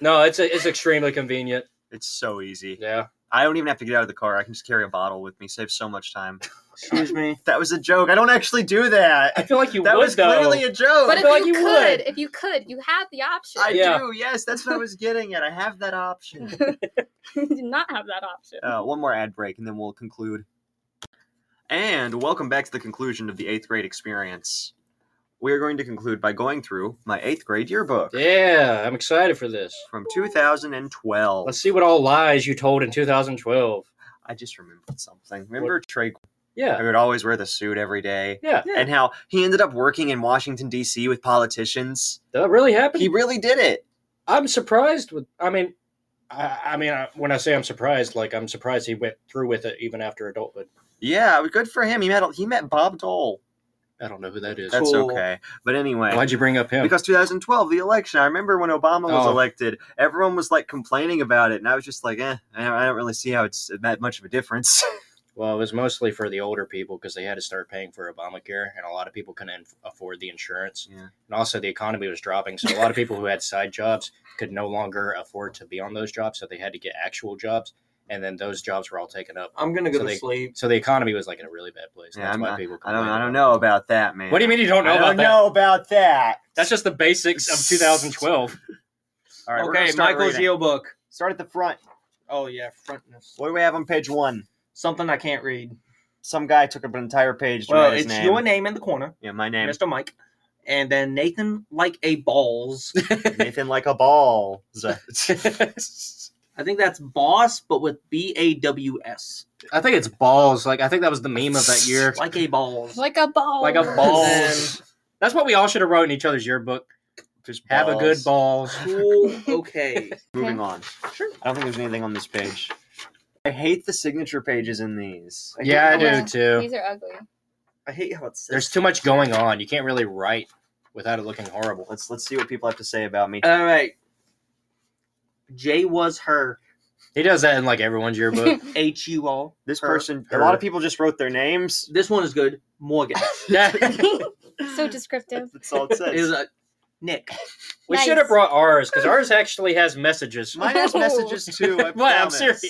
A: no, it's it's extremely convenient.
B: it's so easy.
A: Yeah.
B: I don't even have to get out of the car. I can just carry a bottle with me. Saves so much time.
C: Excuse
E: [LAUGHS]
C: me.
B: That was a joke. I don't actually do that.
A: I feel like you
B: That
A: would
B: was
A: though.
B: clearly a joke.
D: But if
A: feel like
D: you,
A: you
D: could,
A: would.
D: if you could, you have the option.
B: I
A: Yeah.
B: do. Yes, that's what I was getting at. I have that option.
D: [LAUGHS] you do not have that option.
A: Oh.
B: Uh, one more ad break, and then we'll conclude. And welcome back to the conclusion of the eighth grade experience. We are going to conclude by going through my eighth grade yearbook
A: yeah, I'm excited for this.
B: from 2012.
A: Let's see what all lies you told in 2012.
B: I just remembered something. Remember Trey? I
A: Yeah.
B: would always wear the suit every day.
A: Yeah.
B: And how he ended up working in Washington, D.C. with politicians.
A: That really happened.
B: He really did it.
A: I'm surprised with. I mean, I, I mean, I, when I say I'm surprised, like I'm surprised he went through with it even after adulthood.
B: Yeah, good for him. He met he met Bob Dole.
A: I don't know who that is.
B: That's
C: Cool.
B: okay. But anyway,
A: Why'd you bring up him?
B: because 2012, the election. I remember when Obama was
A: Oh.
B: elected, everyone was like complaining about it, and I was just like, eh, I don't, I don't really see how it's that much of a difference. [LAUGHS]
A: well, it was mostly for the older people because they had to start paying for Obamacare, and a lot of people couldn't inf- afford the insurance.
B: Yeah.
A: And also, the economy was dropping, so a lot of people who had side jobs could no longer afford to be on those jobs, so they had to get actual jobs, and then those jobs were all taken up.
C: I'm gonna go
A: So
C: to
A: they-
C: sleep.
A: So the economy was like in a really bad place.
B: Yeah,
A: That's
B: I'm
A: why
B: not-
A: people.
B: I don't,
A: complain
B: I don't
A: about
B: know about that, man.
A: it. What do you mean you don't know
B: I
A: about
B: don't
A: that?
B: know about that.
A: That's just the basics of 2012.
B: All right, we're gonna
C: okay,
B: start
C: Michael's
B: reading.
C: yearbook.
B: Start at the front.
C: Oh yeah, frontness.
B: What do we have on page one?
C: Something I can't read.
B: Some guy took up an entire page to
C: Well,
B: write his
C: it's
B: name.
C: your name in the corner,
B: yeah, my name.
C: Mr. Mike, and then Nathan like a balls.
B: [LAUGHS] Nathan like
A: [LAUGHS]
B: a ball.
C: I think that's boss, but with B A W S.
A: I think it's balls. Like I think that was the meme of that year.
C: Like a balls.
D: Like a ball.
A: Like a balls.
C: Then-
A: That's what we all should have wrote in each other's yearbook.
B: Just
A: Have a good
B: balls.
A: balls.
D: [LAUGHS]
C: cool. Okay.
B: Moving on.
C: Sure.
B: I don't think there's anything on this page. I hate the signature pages in these.
A: Yeah, I do
D: Yeah.
A: too.
D: [LAUGHS] These are ugly.
C: I hate how it says.
A: There's too much going on. You can't really write without it looking horrible.
B: Let's let's see what people have to say about me.
C: All right. J was her.
A: He does that in like everyone's
D: [LAUGHS]
A: yearbook.
C: H U all.
B: This
C: her-
B: person, a lot
A: her.
B: of people just wrote their names.
C: This one is good.
B: [LAUGHS]
C: Morgan.
D: [LAUGHS]
A: Yeah.
D: so
A: [LAUGHS]
D: descriptive.
B: That's all it
C: It
B: says.
C: was a Nick.
A: we
D: Nice.
A: should have brought ours because ours actually has
B: [LAUGHS]
A: messages. [LAUGHS]
B: Mine has messages too. I
A: What? I'm
B: promise.
D: [LAUGHS]
A: serious.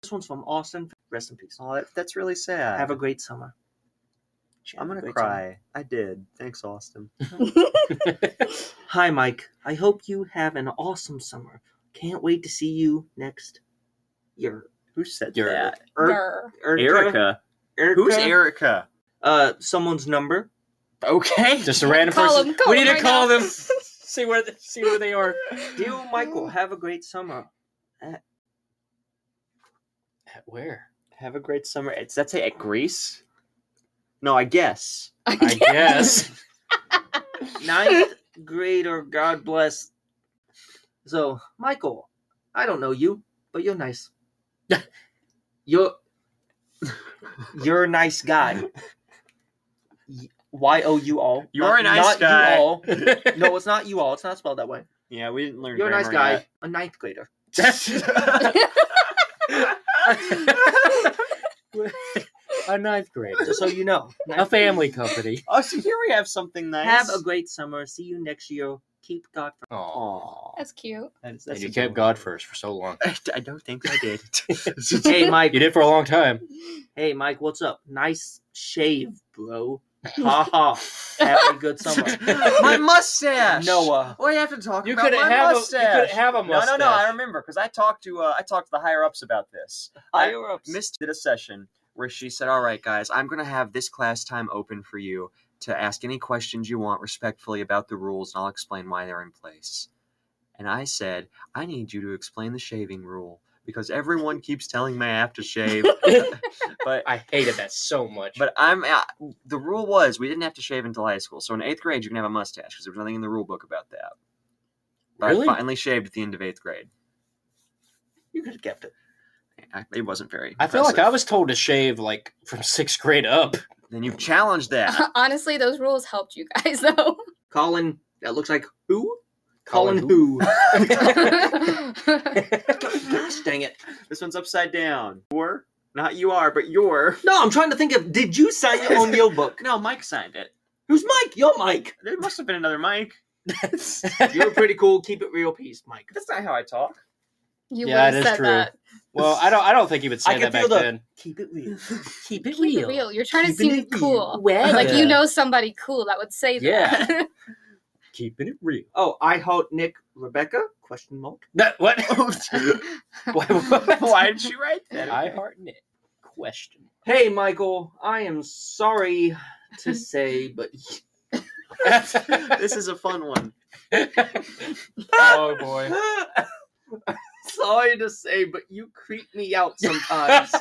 C: This one's from Austin. Rest in peace.
B: [LAUGHS] Oh, that, that's really sad.
C: Have a great summer.
B: I'm gonna
C: Great summer.
B: cry. I did. Thanks, Austin.
C: Hi, Mike. I hope you have an awesome summer. Can't wait to see you next year.
B: Who said
A: You're-
B: that?
C: Er-
D: Grr.
C: Erica. Erica.
B: Who's Erica?
C: Uh, someone's number.
B: [LAUGHS] Okay.
A: Just a random
D: Call
A: person.
D: them, call
A: we need
D: them
A: to
D: right
A: call
D: now. [LAUGHS]
A: them. See where see where they are. [LAUGHS]
C: Dear Michael, have a great summer.
A: At where?
B: Have a great summer. It's that's it at Greece. No, I guess.
D: [LAUGHS]
A: I guess.
C: ninth grader, God bless. So, Michael, I don't know you, but
A: [LAUGHS]
C: you're nice. you're you're a nice guy. Y o u all.
B: You're a nice
C: not
B: guy.
C: You all.
D: [LAUGHS]
C: No, it's not you all. It's not spelled that way.
B: Yeah, we didn't learn.
C: You're a nice guy,
B: grammar
C: a ninth grader.
B: yet.
A: [LAUGHS] a ninth grader.
C: Just so
A: [LAUGHS]
C: you know,
A: A family [LAUGHS] company.
B: oh, so here we have something nice.
C: Have a great summer. See you next year. Keep God. First.
A: Oh.
B: Aw.
D: [LAUGHS] That's cute.
B: That is-
A: And
B: that's
A: you
B: a
A: kept
B: good
A: God
B: one.
A: first for so long.
B: I, I don't think I did.
C: [LAUGHS]
B: [LAUGHS]
C: Hey, Mike.
A: [LAUGHS] You did for a long time.
C: Hey, Mike. What's up? Nice [LAUGHS] shave, bro. Ha
A: Oh,
C: ha.
D: [LAUGHS]
C: Have a good summer.
B: Oh [LAUGHS] my mustache.
C: Noah.
B: Well, you have to talk
A: You
B: about
A: could
B: my
A: have a, you
B: mustache.
A: could have a
B: no,
A: mustache.
B: no, no. I remember because I talked to uh, I talked to the higher ups about this. I
C: Higher ups.
B: Miss did a session where she said, "All right, guys, I'm gonna have this class time open for you to ask any questions you want respectfully about the rules, and I'll explain why they're in place." And I said, "I need you to explain the shaving rule because everyone keeps telling me I have to [LAUGHS] shave, but
A: I hated that so much.
B: But I'm uh, the rule was we didn't have to shave until high school. So in eighth grade, you can have a mustache because there was nothing in the rule book about that. But
A: Really?
B: I finally shaved at the end of eighth grade.
C: You could have kept it.
B: I- It wasn't very.
A: I feel like I
B: impressive.
A: was told to shave like from [LAUGHS] sixth grade up.
B: Then you challenged [LAUGHS] that.
D: Honestly, those rules helped you
A: [LAUGHS]
D: guys though. [LAUGHS]
C: Colin, that looks like who?
A: Colin
C: Colin, who? [LAUGHS]
D: That's
C: Gosh dang it.
B: this one's upside down. Four. Not you are, but you're.
C: No, I'm trying to think of. Did you sign your own [LAUGHS] yearbook?
B: No, Mike signed it.
C: Who's Mike? You're [LAUGHS] Mike.
B: There must have been another Mike. That's
C: You're pretty cool. Keep it real, peace, Mike.
B: not how I talk.
D: You
A: Yeah,
D: would
A: it
D: have
A: is
D: said
A: true.
D: that.
A: [LAUGHS] Well, I don't. I don't think he would say
C: I can
A: that back
C: feel the-
A: then.
C: Keep it real.
F: Keep it
D: Keep
F: real.
D: it real. You're trying to
C: Keeping
D: seem
C: it real.
D: cool.
F: Well,
D: Like
A: Yeah.
D: you know somebody cool that would say [LAUGHS] that.
A: Keeping it real.
C: [LAUGHS]
A: [LAUGHS]
C: Oh, I heart Nick Rebecca? Question mark.
A: That, what? [LAUGHS] Why- what?
B: Why did you write that?
A: I heart Nick. Question. [LAUGHS]
C: Hey, Michael. I am sorry [LAUGHS] to say, but
B: This is a fun one.
A: oh boy.
C: [LAUGHS] sorry to say, but you creep me out sometimes.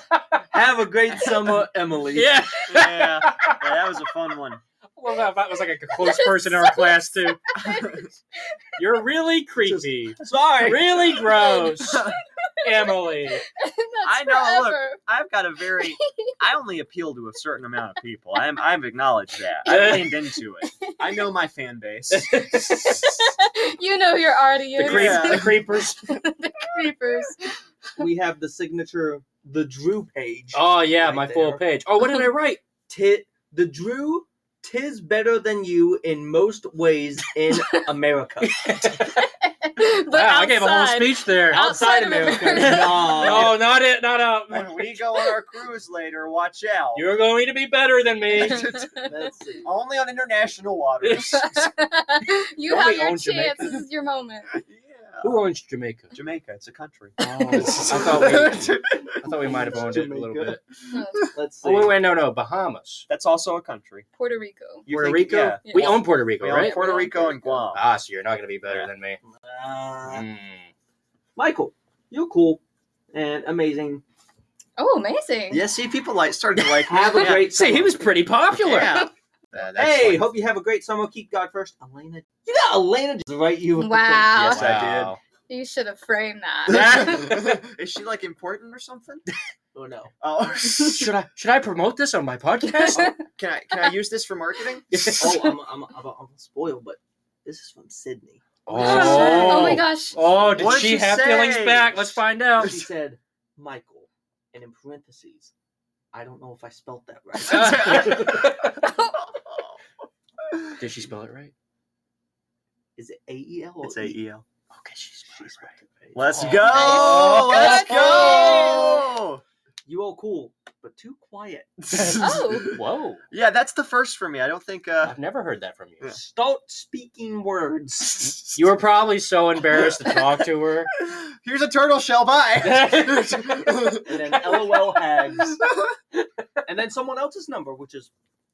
C: Have a great summer, Emily.
A: Yeah.
B: Yeah, yeah that was a fun one.
A: Well, no, that was like a close
D: That's
A: person in our class [LAUGHS] too. You're really creepy.
C: Sorry.
A: really gross, Emily.
D: [LAUGHS] That's
B: I know, look.
D: forever.
B: I've got a very. I only appeal to a certain amount of people. I'm. I've acknowledged that. I leaned into it. I know my fan base.
D: [LAUGHS] you know your audience.
A: The, creep,
B: Yeah.
A: the creepers.
D: the creepers.
C: We have the signature, the Drew page.
A: Oh yeah,
C: Right
A: my
C: there.
A: full page. Oh, what did I write?
C: Tit, the Drew, tis better than you in most ways
A: [LAUGHS]
C: in America.
D: But
A: [LAUGHS] wow,
D: outside,
A: I gave a whole speech there.
D: Outside of
C: [LAUGHS]
D: America.
C: no.
A: No, not it. Not out.
B: When we go on our cruise later, watch out.
A: You're going to be better than
C: [LAUGHS]
A: me.
C: Let's see.
B: only on
A: [LAUGHS]
B: international waters.
D: [LAUGHS] you
A: Don't
D: have
A: we
D: your
A: own
D: chance.
A: Jamaica?
D: This is your moment. [LAUGHS]
B: yeah.
A: Who owns Jamaica?
B: Jamaica, it's a country.
A: Oh, [LAUGHS] I
B: [LAUGHS]
A: thought we, I thought we might have owned it a little bit.
D: Uh,
C: Let's see.
A: Oh wait, wait, no, no, Bahamas,
B: That's also a country.
D: Puerto Rico.
B: You
A: Puerto
B: think-
A: Rico.
B: yeah.
A: We
D: Yeah.
A: own Puerto Rico,
B: We own
A: right?
B: Puerto
D: We own
B: Rico and Guam.
A: [LAUGHS] ah, so you're not going to be better than me.
C: Uh,
A: Mm.
C: Michael, you're cool and amazing.
D: Oh, amazing.
B: Yeah, see, people like started to like
C: Have a
B: yeah.
C: great
A: Hmm. See, he
C: summer.
A: was pretty popular.
B: Yeah.
A: Uh, that's
C: Hey,
A: funny.
C: hope you have a great summer. Keep God first. Elena. You got Elena just right you. with the thing. [LAUGHS]
D: Wow.
B: Yes, I did.
A: Wow.
D: You should have framed that. [LAUGHS]
A: [LAUGHS]
B: Is she like important or something?
C: [LAUGHS]
B: [LAUGHS]
C: Oh, no.
B: Oh,
A: Should I should I promote this on my podcast?
B: can I can I use this for marketing?
C: Oh, I'm, I'm, I'm, I'm spoiled, but this is from Sydney.
D: oh. my gosh.
A: Oh, did
B: What'd
A: she
B: she
A: have
B: say?
A: feelings back? Let's find [LAUGHS]
B: Oh.
A: out.
C: She said, Michael, and in parentheses, I don't know if I spelt that
B: [LAUGHS]
C: right.
B: Ah. it's
A: Did she spell it right?
C: Is it A E L?
B: A E [LAUGHS] L.
A: Okay, she spelled it right.
B: Let's
A: Oh.
B: go.
D: Nice.
B: Let's go.
C: You all cool, but too quiet.
D: Oh.
A: [LAUGHS] Whoa,
B: Yeah, that's the first for me. I don't think. Uh,
A: [LAUGHS] I've never heard that from you.
C: Start speaking words.
A: You were probably so embarrassed to talk to her.
B: [LAUGHS] Here's a turtle shell. Bye. [LAUGHS]
C: And then LOL hags. And then someone else's number, which is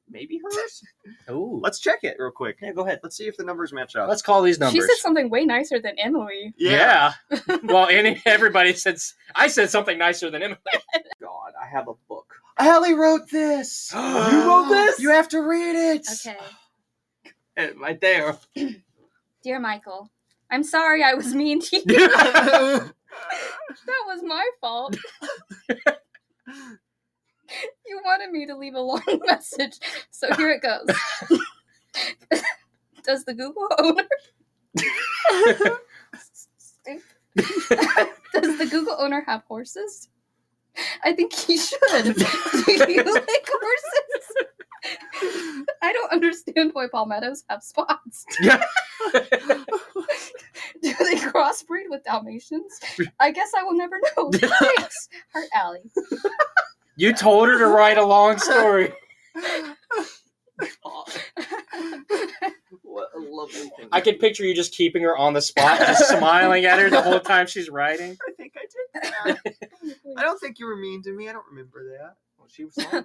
C: maybe hers?
A: [LAUGHS] Ooh,
B: Let's check it real quick.
C: Yeah, go ahead.
B: Let's see if the numbers match up.
A: let's call these numbers.
D: She said something way nicer than Emily.
A: yeah. well, any everybody said s- I said something nicer than him.
C: God, I have a book.
B: Allie wrote [GASPS] this. you
C: wrote this?
B: You have to read it.
D: Okay.
C: Eh, Right there.
D: Dear Michael, I'm sorry I was mean to you. That was my fault. you wanted me to leave a long [LAUGHS] message, so here it goes. Does the Google owner. Does the Google owner have horses? I think he should. Do you like horses? I don't understand why palmettos have spots. [LAUGHS]
A: Yeah.
D: Do they crossbreed with Dalmatians? I guess I will never
A: [LAUGHS]
D: know. Thanks, Heart
B: [LAUGHS]
D: Alley.
A: You told her to write a long story.
C: Oh, what a lovely thing.
A: I can picture you just keeping her on the spot, [LAUGHS] just smiling at her the whole time she's writing.
B: I think I did. That. [LAUGHS] I don't think you were mean to me. I don't remember that.
C: Well, she was
A: [LAUGHS]
C: wrong.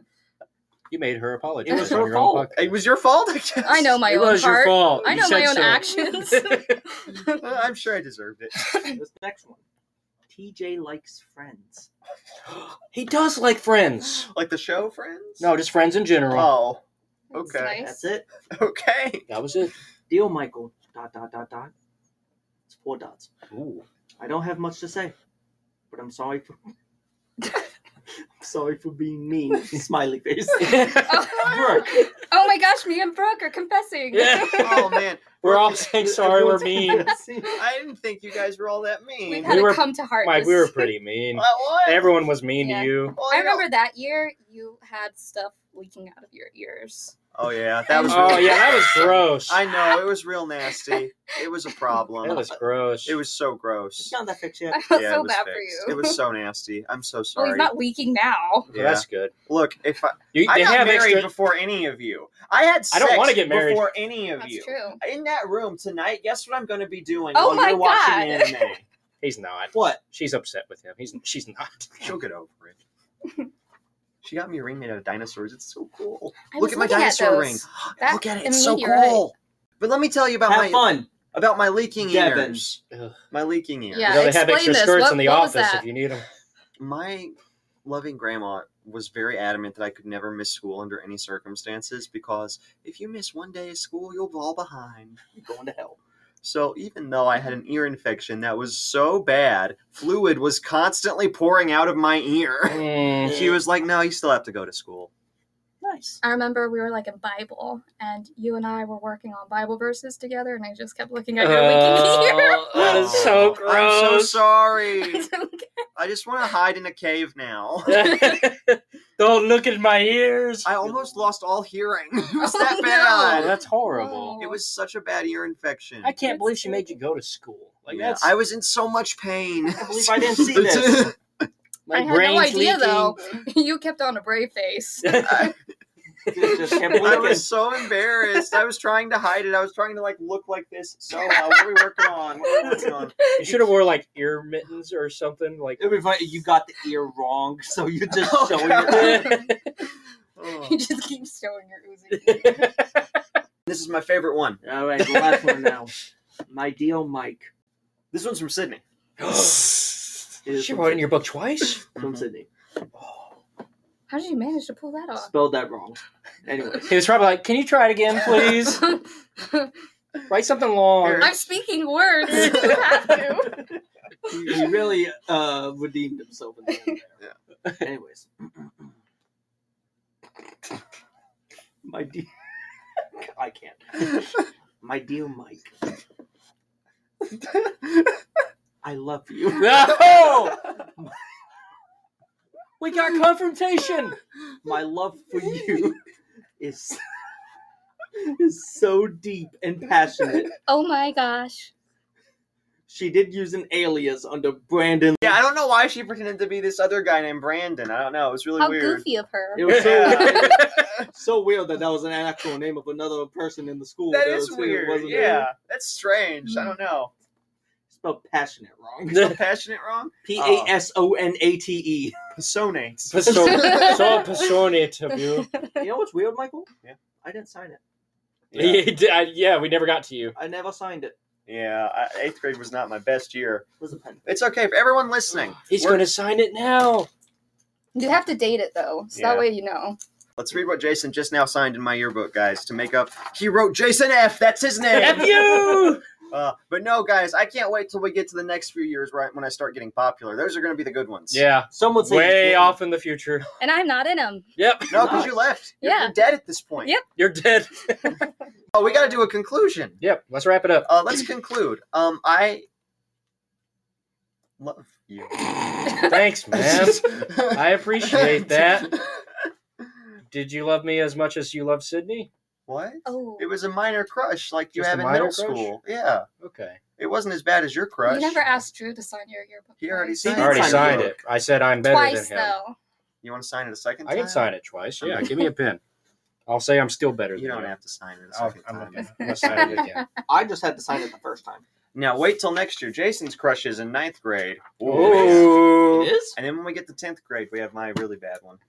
A: You made her apologize.
C: It was
A: on
C: her
A: your own
C: fault.
A: podcast.
B: It was your fault, I guess.
D: I know my
A: it
D: own
A: was your
D: heart.
A: fault.
D: I
A: You
D: know my
A: said
D: own
A: so. [LAUGHS]
D: actions.
B: Uh, [LAUGHS] I'm sure I deserved it.
C: this next one. TJ likes friends.
A: he does like
D: [LAUGHS]
A: friends.
B: Like the show, friends?
A: No, just friends in general.
B: Oh,
D: That's
B: Okay.
D: nice.
C: That's it.
B: Oh, okay.
A: That was it.
C: Deal Michael. Dot dot dot dot. It's four dots.
A: [LAUGHS] Ooh.
C: I don't have much to say, but I'm sorry for.
A: [LAUGHS]
C: [LAUGHS] I'm sorry for being mean. Smiley face.
A: yeah.
D: Oh,
C: Brooke,
D: Oh my gosh, me and Brooke are [LAUGHS] confessing.
A: Yeah. [LAUGHS]
B: oh man,
A: We're all saying sorry.
C: [LAUGHS]
A: We're mean.
B: I didn't think you guys were all that
D: We've
B: mean.
D: had
A: We
D: a
A: were-
D: come to heart.
A: Mike, we were pretty
D: [LAUGHS]
A: mean.
B: What, what?
A: Everyone was mean
D: Yeah.
A: to you.
B: Well,
D: I
B: you know-
D: remember that year you had stuff leaking out of your ears. [LAUGHS]
B: Oh yeah, that was.
A: Oh
B: really-
A: yeah, that was gross.
B: I know it was real nasty. It was a problem.
A: That was gross.
B: It was so gross.
C: Not that fixed yet.
D: I felt
B: yeah,
D: so
B: it was
D: bad
B: fixed.
D: for you.
B: It was so nasty. I'm so
D: well,
B: sorry.
D: he's not leaking now.
A: Well,
B: yeah.
A: That's good.
B: Look, if I,
A: You,
B: I
A: they
B: got
A: have
B: married
A: extra.
B: before any of you, I had sex
A: I don't wanna get married.
B: before any of
D: That's
B: you.
D: true.
B: In that room tonight, guess what I'm going to be doing while
D: Oh my
B: you're watching
D: God. [LAUGHS]
B: anime?
A: He's not.
B: what?
A: She's upset with him. He's she's
D: [LAUGHS]
A: not.
B: She'll get over it. She got me a ring made out of dinosaurs. It's so cool.
D: I
B: Look
D: was
B: at my
D: looking at
B: dinosaur
D: those.
B: ring. [GASPS]
D: That-
B: Look at it.
D: I
B: It's
D: mean,
B: so
D: you're right.
B: cool. But let me tell you about
C: Have
B: my
C: fun.
B: about my leaking
C: Devin.
B: ears.
A: Ugh.
B: My leaking ears.
D: Yeah,
A: you know they have
D: explain
A: extra
D: this.
A: skirts
D: What-
A: in the
D: what was
A: office
D: that?
A: if you need
D: [LAUGHS]
A: them.
B: my loving grandma was very adamant that I could never miss school under any circumstances because if you miss one day of school, you'll fall behind.
C: You're going to hell.
B: So even though I had an ear infection that was so bad, fluid was constantly pouring out of my ear.
A: Mm.
B: She was like, "No, you still have to go to school."
A: [LAUGHS]
C: Nice.
D: I remember we were like in Bible, and you and I were working on Bible verses together, and I just kept looking at your leaking ear.
A: Oh, that is so gross.
B: I'm so
D: [LAUGHS] I [LAUGHS]
B: sorry.
D: don't
B: I just want to hide in a cave now.
A: [LAUGHS] Don't look at my ears.
B: I almost lost all hearing. It was
D: Oh,
B: that
D: no.
A: Oh,
B: bad.
A: that's horrible.
D: No.
B: It was such a bad ear infection.
A: I can't
D: Oh, That's
A: believe she made you go to school. Like that's
B: I was in so much pain. I
C: can't believe I
B: [LAUGHS]
C: didn't see this.
A: my
D: I had no
A: brain's
D: idea though.
A: leaking.
D: [LAUGHS] you kept on a brave face.
B: I,
C: Just, just kept
B: I
C: looking.
B: was so embarrassed. I was trying to hide it. I was trying to like look like this. So uh, what are we working on? What are we working on?
A: You should have wore like ear mittens or something. Like
C: It'd be funny if you got the ear wrong, [LAUGHS] so you're just
B: Oh,
C: showing
B: God.
C: it.
B: Oh.
D: you just keep showing your
B: [LAUGHS]
D: oozing.
B: This is my favorite one. [LAUGHS]
C: All right, the last one now. My deal, Mike.
B: This one's from Sydney.
A: [LAUGHS]
C: It is
A: she
C: from
A: wrote in
C: Sydney.
A: your book
C: [LAUGHS]
A: twice.
C: From Sydney.
D: How did you manage to pull that off? [LAUGHS]
C: Spelled that wrong. Anyways.
A: He was probably like, "Can you try it again,
D: [LAUGHS]
A: please? Write something long."
D: I'm speaking words.
B: [LAUGHS]
D: You have to.
C: [LAUGHS] he, he really uh, redeemed himself in the end there. [LAUGHS] Anyways. [CLEARS THROAT] My deal. [LAUGHS]
B: [LAUGHS]
C: I can't. My deal, Mike. I love you.
A: No, we got confrontation.
C: My love
B: [LAUGHS]
C: for you is is so deep and passionate.
D: Oh my gosh.
C: She did use an alias under Brandon.
B: Yeah, I don't know why she pretended to be this other guy named Brandon. I don't know. It was really
D: How
B: weird.
D: goofy of her.
C: It was so,
A: [LAUGHS]
B: Yeah.
C: so weird that that was an actual name of another person in the school.
B: That
C: was
B: is
C: who it
B: weird.
C: wasn't.
B: Yeah, that's strange. I don't [LAUGHS] know.
C: Spelled passionate
B: [LAUGHS]
A: [LAUGHS]
C: wrong.
B: Is passionate wrong?
C: P A S O N A T E.
B: Passionate.
A: But so, so passionate of you.
C: You know what's weird, Michael?
B: Yeah.
C: I didn't sign it.
B: Yeah.
A: He did- I- [LAUGHS] yeah, we never got to you.
C: I never signed it.
B: Yeah, I, eighth grade was not my best year.
C: It was a pen.
B: It's okay for everyone listening.
A: He's
B: we're-
A: going to sign it now.
D: [LAUGHS] You have to date it though, so
B: Yeah.
D: that way you know.
B: Let's read what Jason just now signed in my yearbook, guys, to make up. He wrote Jason F. That's his
A: F
B: name.
A: [LAUGHS] you.
B: [LAUGHS] uh, but no, guys, I can't wait till we get to the next few years right when I start getting popular. Those are going to be the good ones.
A: Yeah,
C: Someone say
A: way
C: yeah.
A: off in the future.
D: And I'm not in them.
A: Yep,
B: No, because you left. You're,
D: Yeah.
B: you're dead at this point.
D: Yep.
A: you're dead.
B: Oh, we got to do a conclusion.
A: [LAUGHS] Yep, let's wrap it up.
B: Uh, let's conclude. Um, I love
A: [LAUGHS]
B: you.
A: Thanks, man. I appreciate that. Did you love me as much as you love Sydney?
B: What?
D: Oh,
B: It was a minor crush, like you
A: Just
B: have
A: a
B: in
A: minor
B: middle
A: crush?
B: school. Yeah.
A: Okay.
B: It wasn't as bad as your crush.
D: you never asked Drew to sign your yearbook.
B: He already
D: twice.
C: He
B: signed,
A: I
C: did
A: already
C: sign
A: signed
C: it.
A: it. I said I'm better
D: Twice
A: than him.
D: though.
B: You want to sign it a second
A: I
B: time?
A: can sign it twice. Yeah,
B: Okay.
A: give me a pen. [LAUGHS] I'll say I'm still better
B: You
A: than
B: don't
A: you.
B: have to sign it a
A: I'll,
B: second
A: Oh, I'm,
B: time.
A: gonna- I'm gonna sign it [LAUGHS] again.
C: I just had to sign it the first time.
B: Now wait till next year. Jason's crush is in ninth grade.
A: Ooh.
C: It is?
B: And then when we get to tenth grade, we have my really bad one.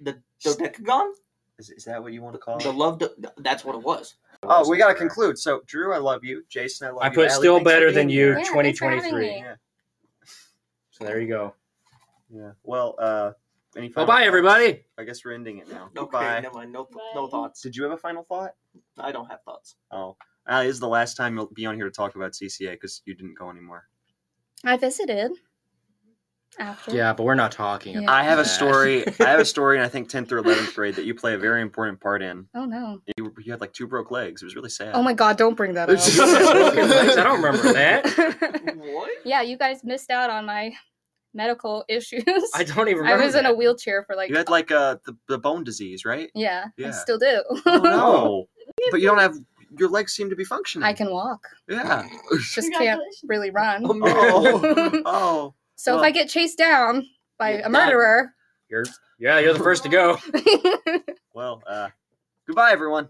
C: The dodecagon?
B: Is, is that what you want to call
C: The
B: it?
C: love. De- that's what it was.
B: Oh, we gotta conclude. So Drew, I love you. Jason, I love
A: I
B: you.
A: put
B: Allie,
A: still
B: thanks for
A: better than
B: being
A: you
B: here.
D: Yeah, thanks for having
A: 2023.
D: me.
B: Yeah.
A: So there you go.
B: Yeah. Well, uh, any
A: Bye
B: final
A: bye
B: thoughts?
A: everybody.
B: I guess we're ending it now.
C: Okay,
B: Goodbye.
C: never mind. No, no
D: Bye.
C: thoughts.
B: Did you have a final thought?
C: I don't have thoughts.
B: Oh, uh, this is the last time you'll be on here to talk about CCA because you didn't go anymore.
D: I visited. after.
A: Yeah, but we're not talking.
D: Yeah.
A: about
B: I have a
A: that. [LAUGHS]
B: story. I have a story in I think tenth or eleventh grade that you play a very important part in.
D: Oh no.
B: You, you had like two broke legs. It was really sad.
D: Oh my god, don't
B: [LAUGHS]
D: bring that
A: Broken legs, I
D: up.
A: don't remember that.
E: What?
D: yeah, you guys missed out on my medical [LAUGHS] issues.
A: I
D: I,
A: don't even remember.
D: was in a
A: that.
D: wheelchair for like
B: you had like uh the, the bone disease, right?
D: [LAUGHS] yeah,
B: Yeah.
D: I still do.
B: Oh no! [LAUGHS] but you don't have your legs seem to be functioning.
D: I can walk.
B: Yeah.
D: [LAUGHS] Just can't really run.
E: Oh,
B: Oh. [LAUGHS] oh.
D: so if
B: well.
D: I get chased down by
B: Yeah,
D: a murderer,
A: You're, [LAUGHS] yeah, you're the
D: [LAUGHS]
A: first to go.
B: Well. uh Goodbye, everyone.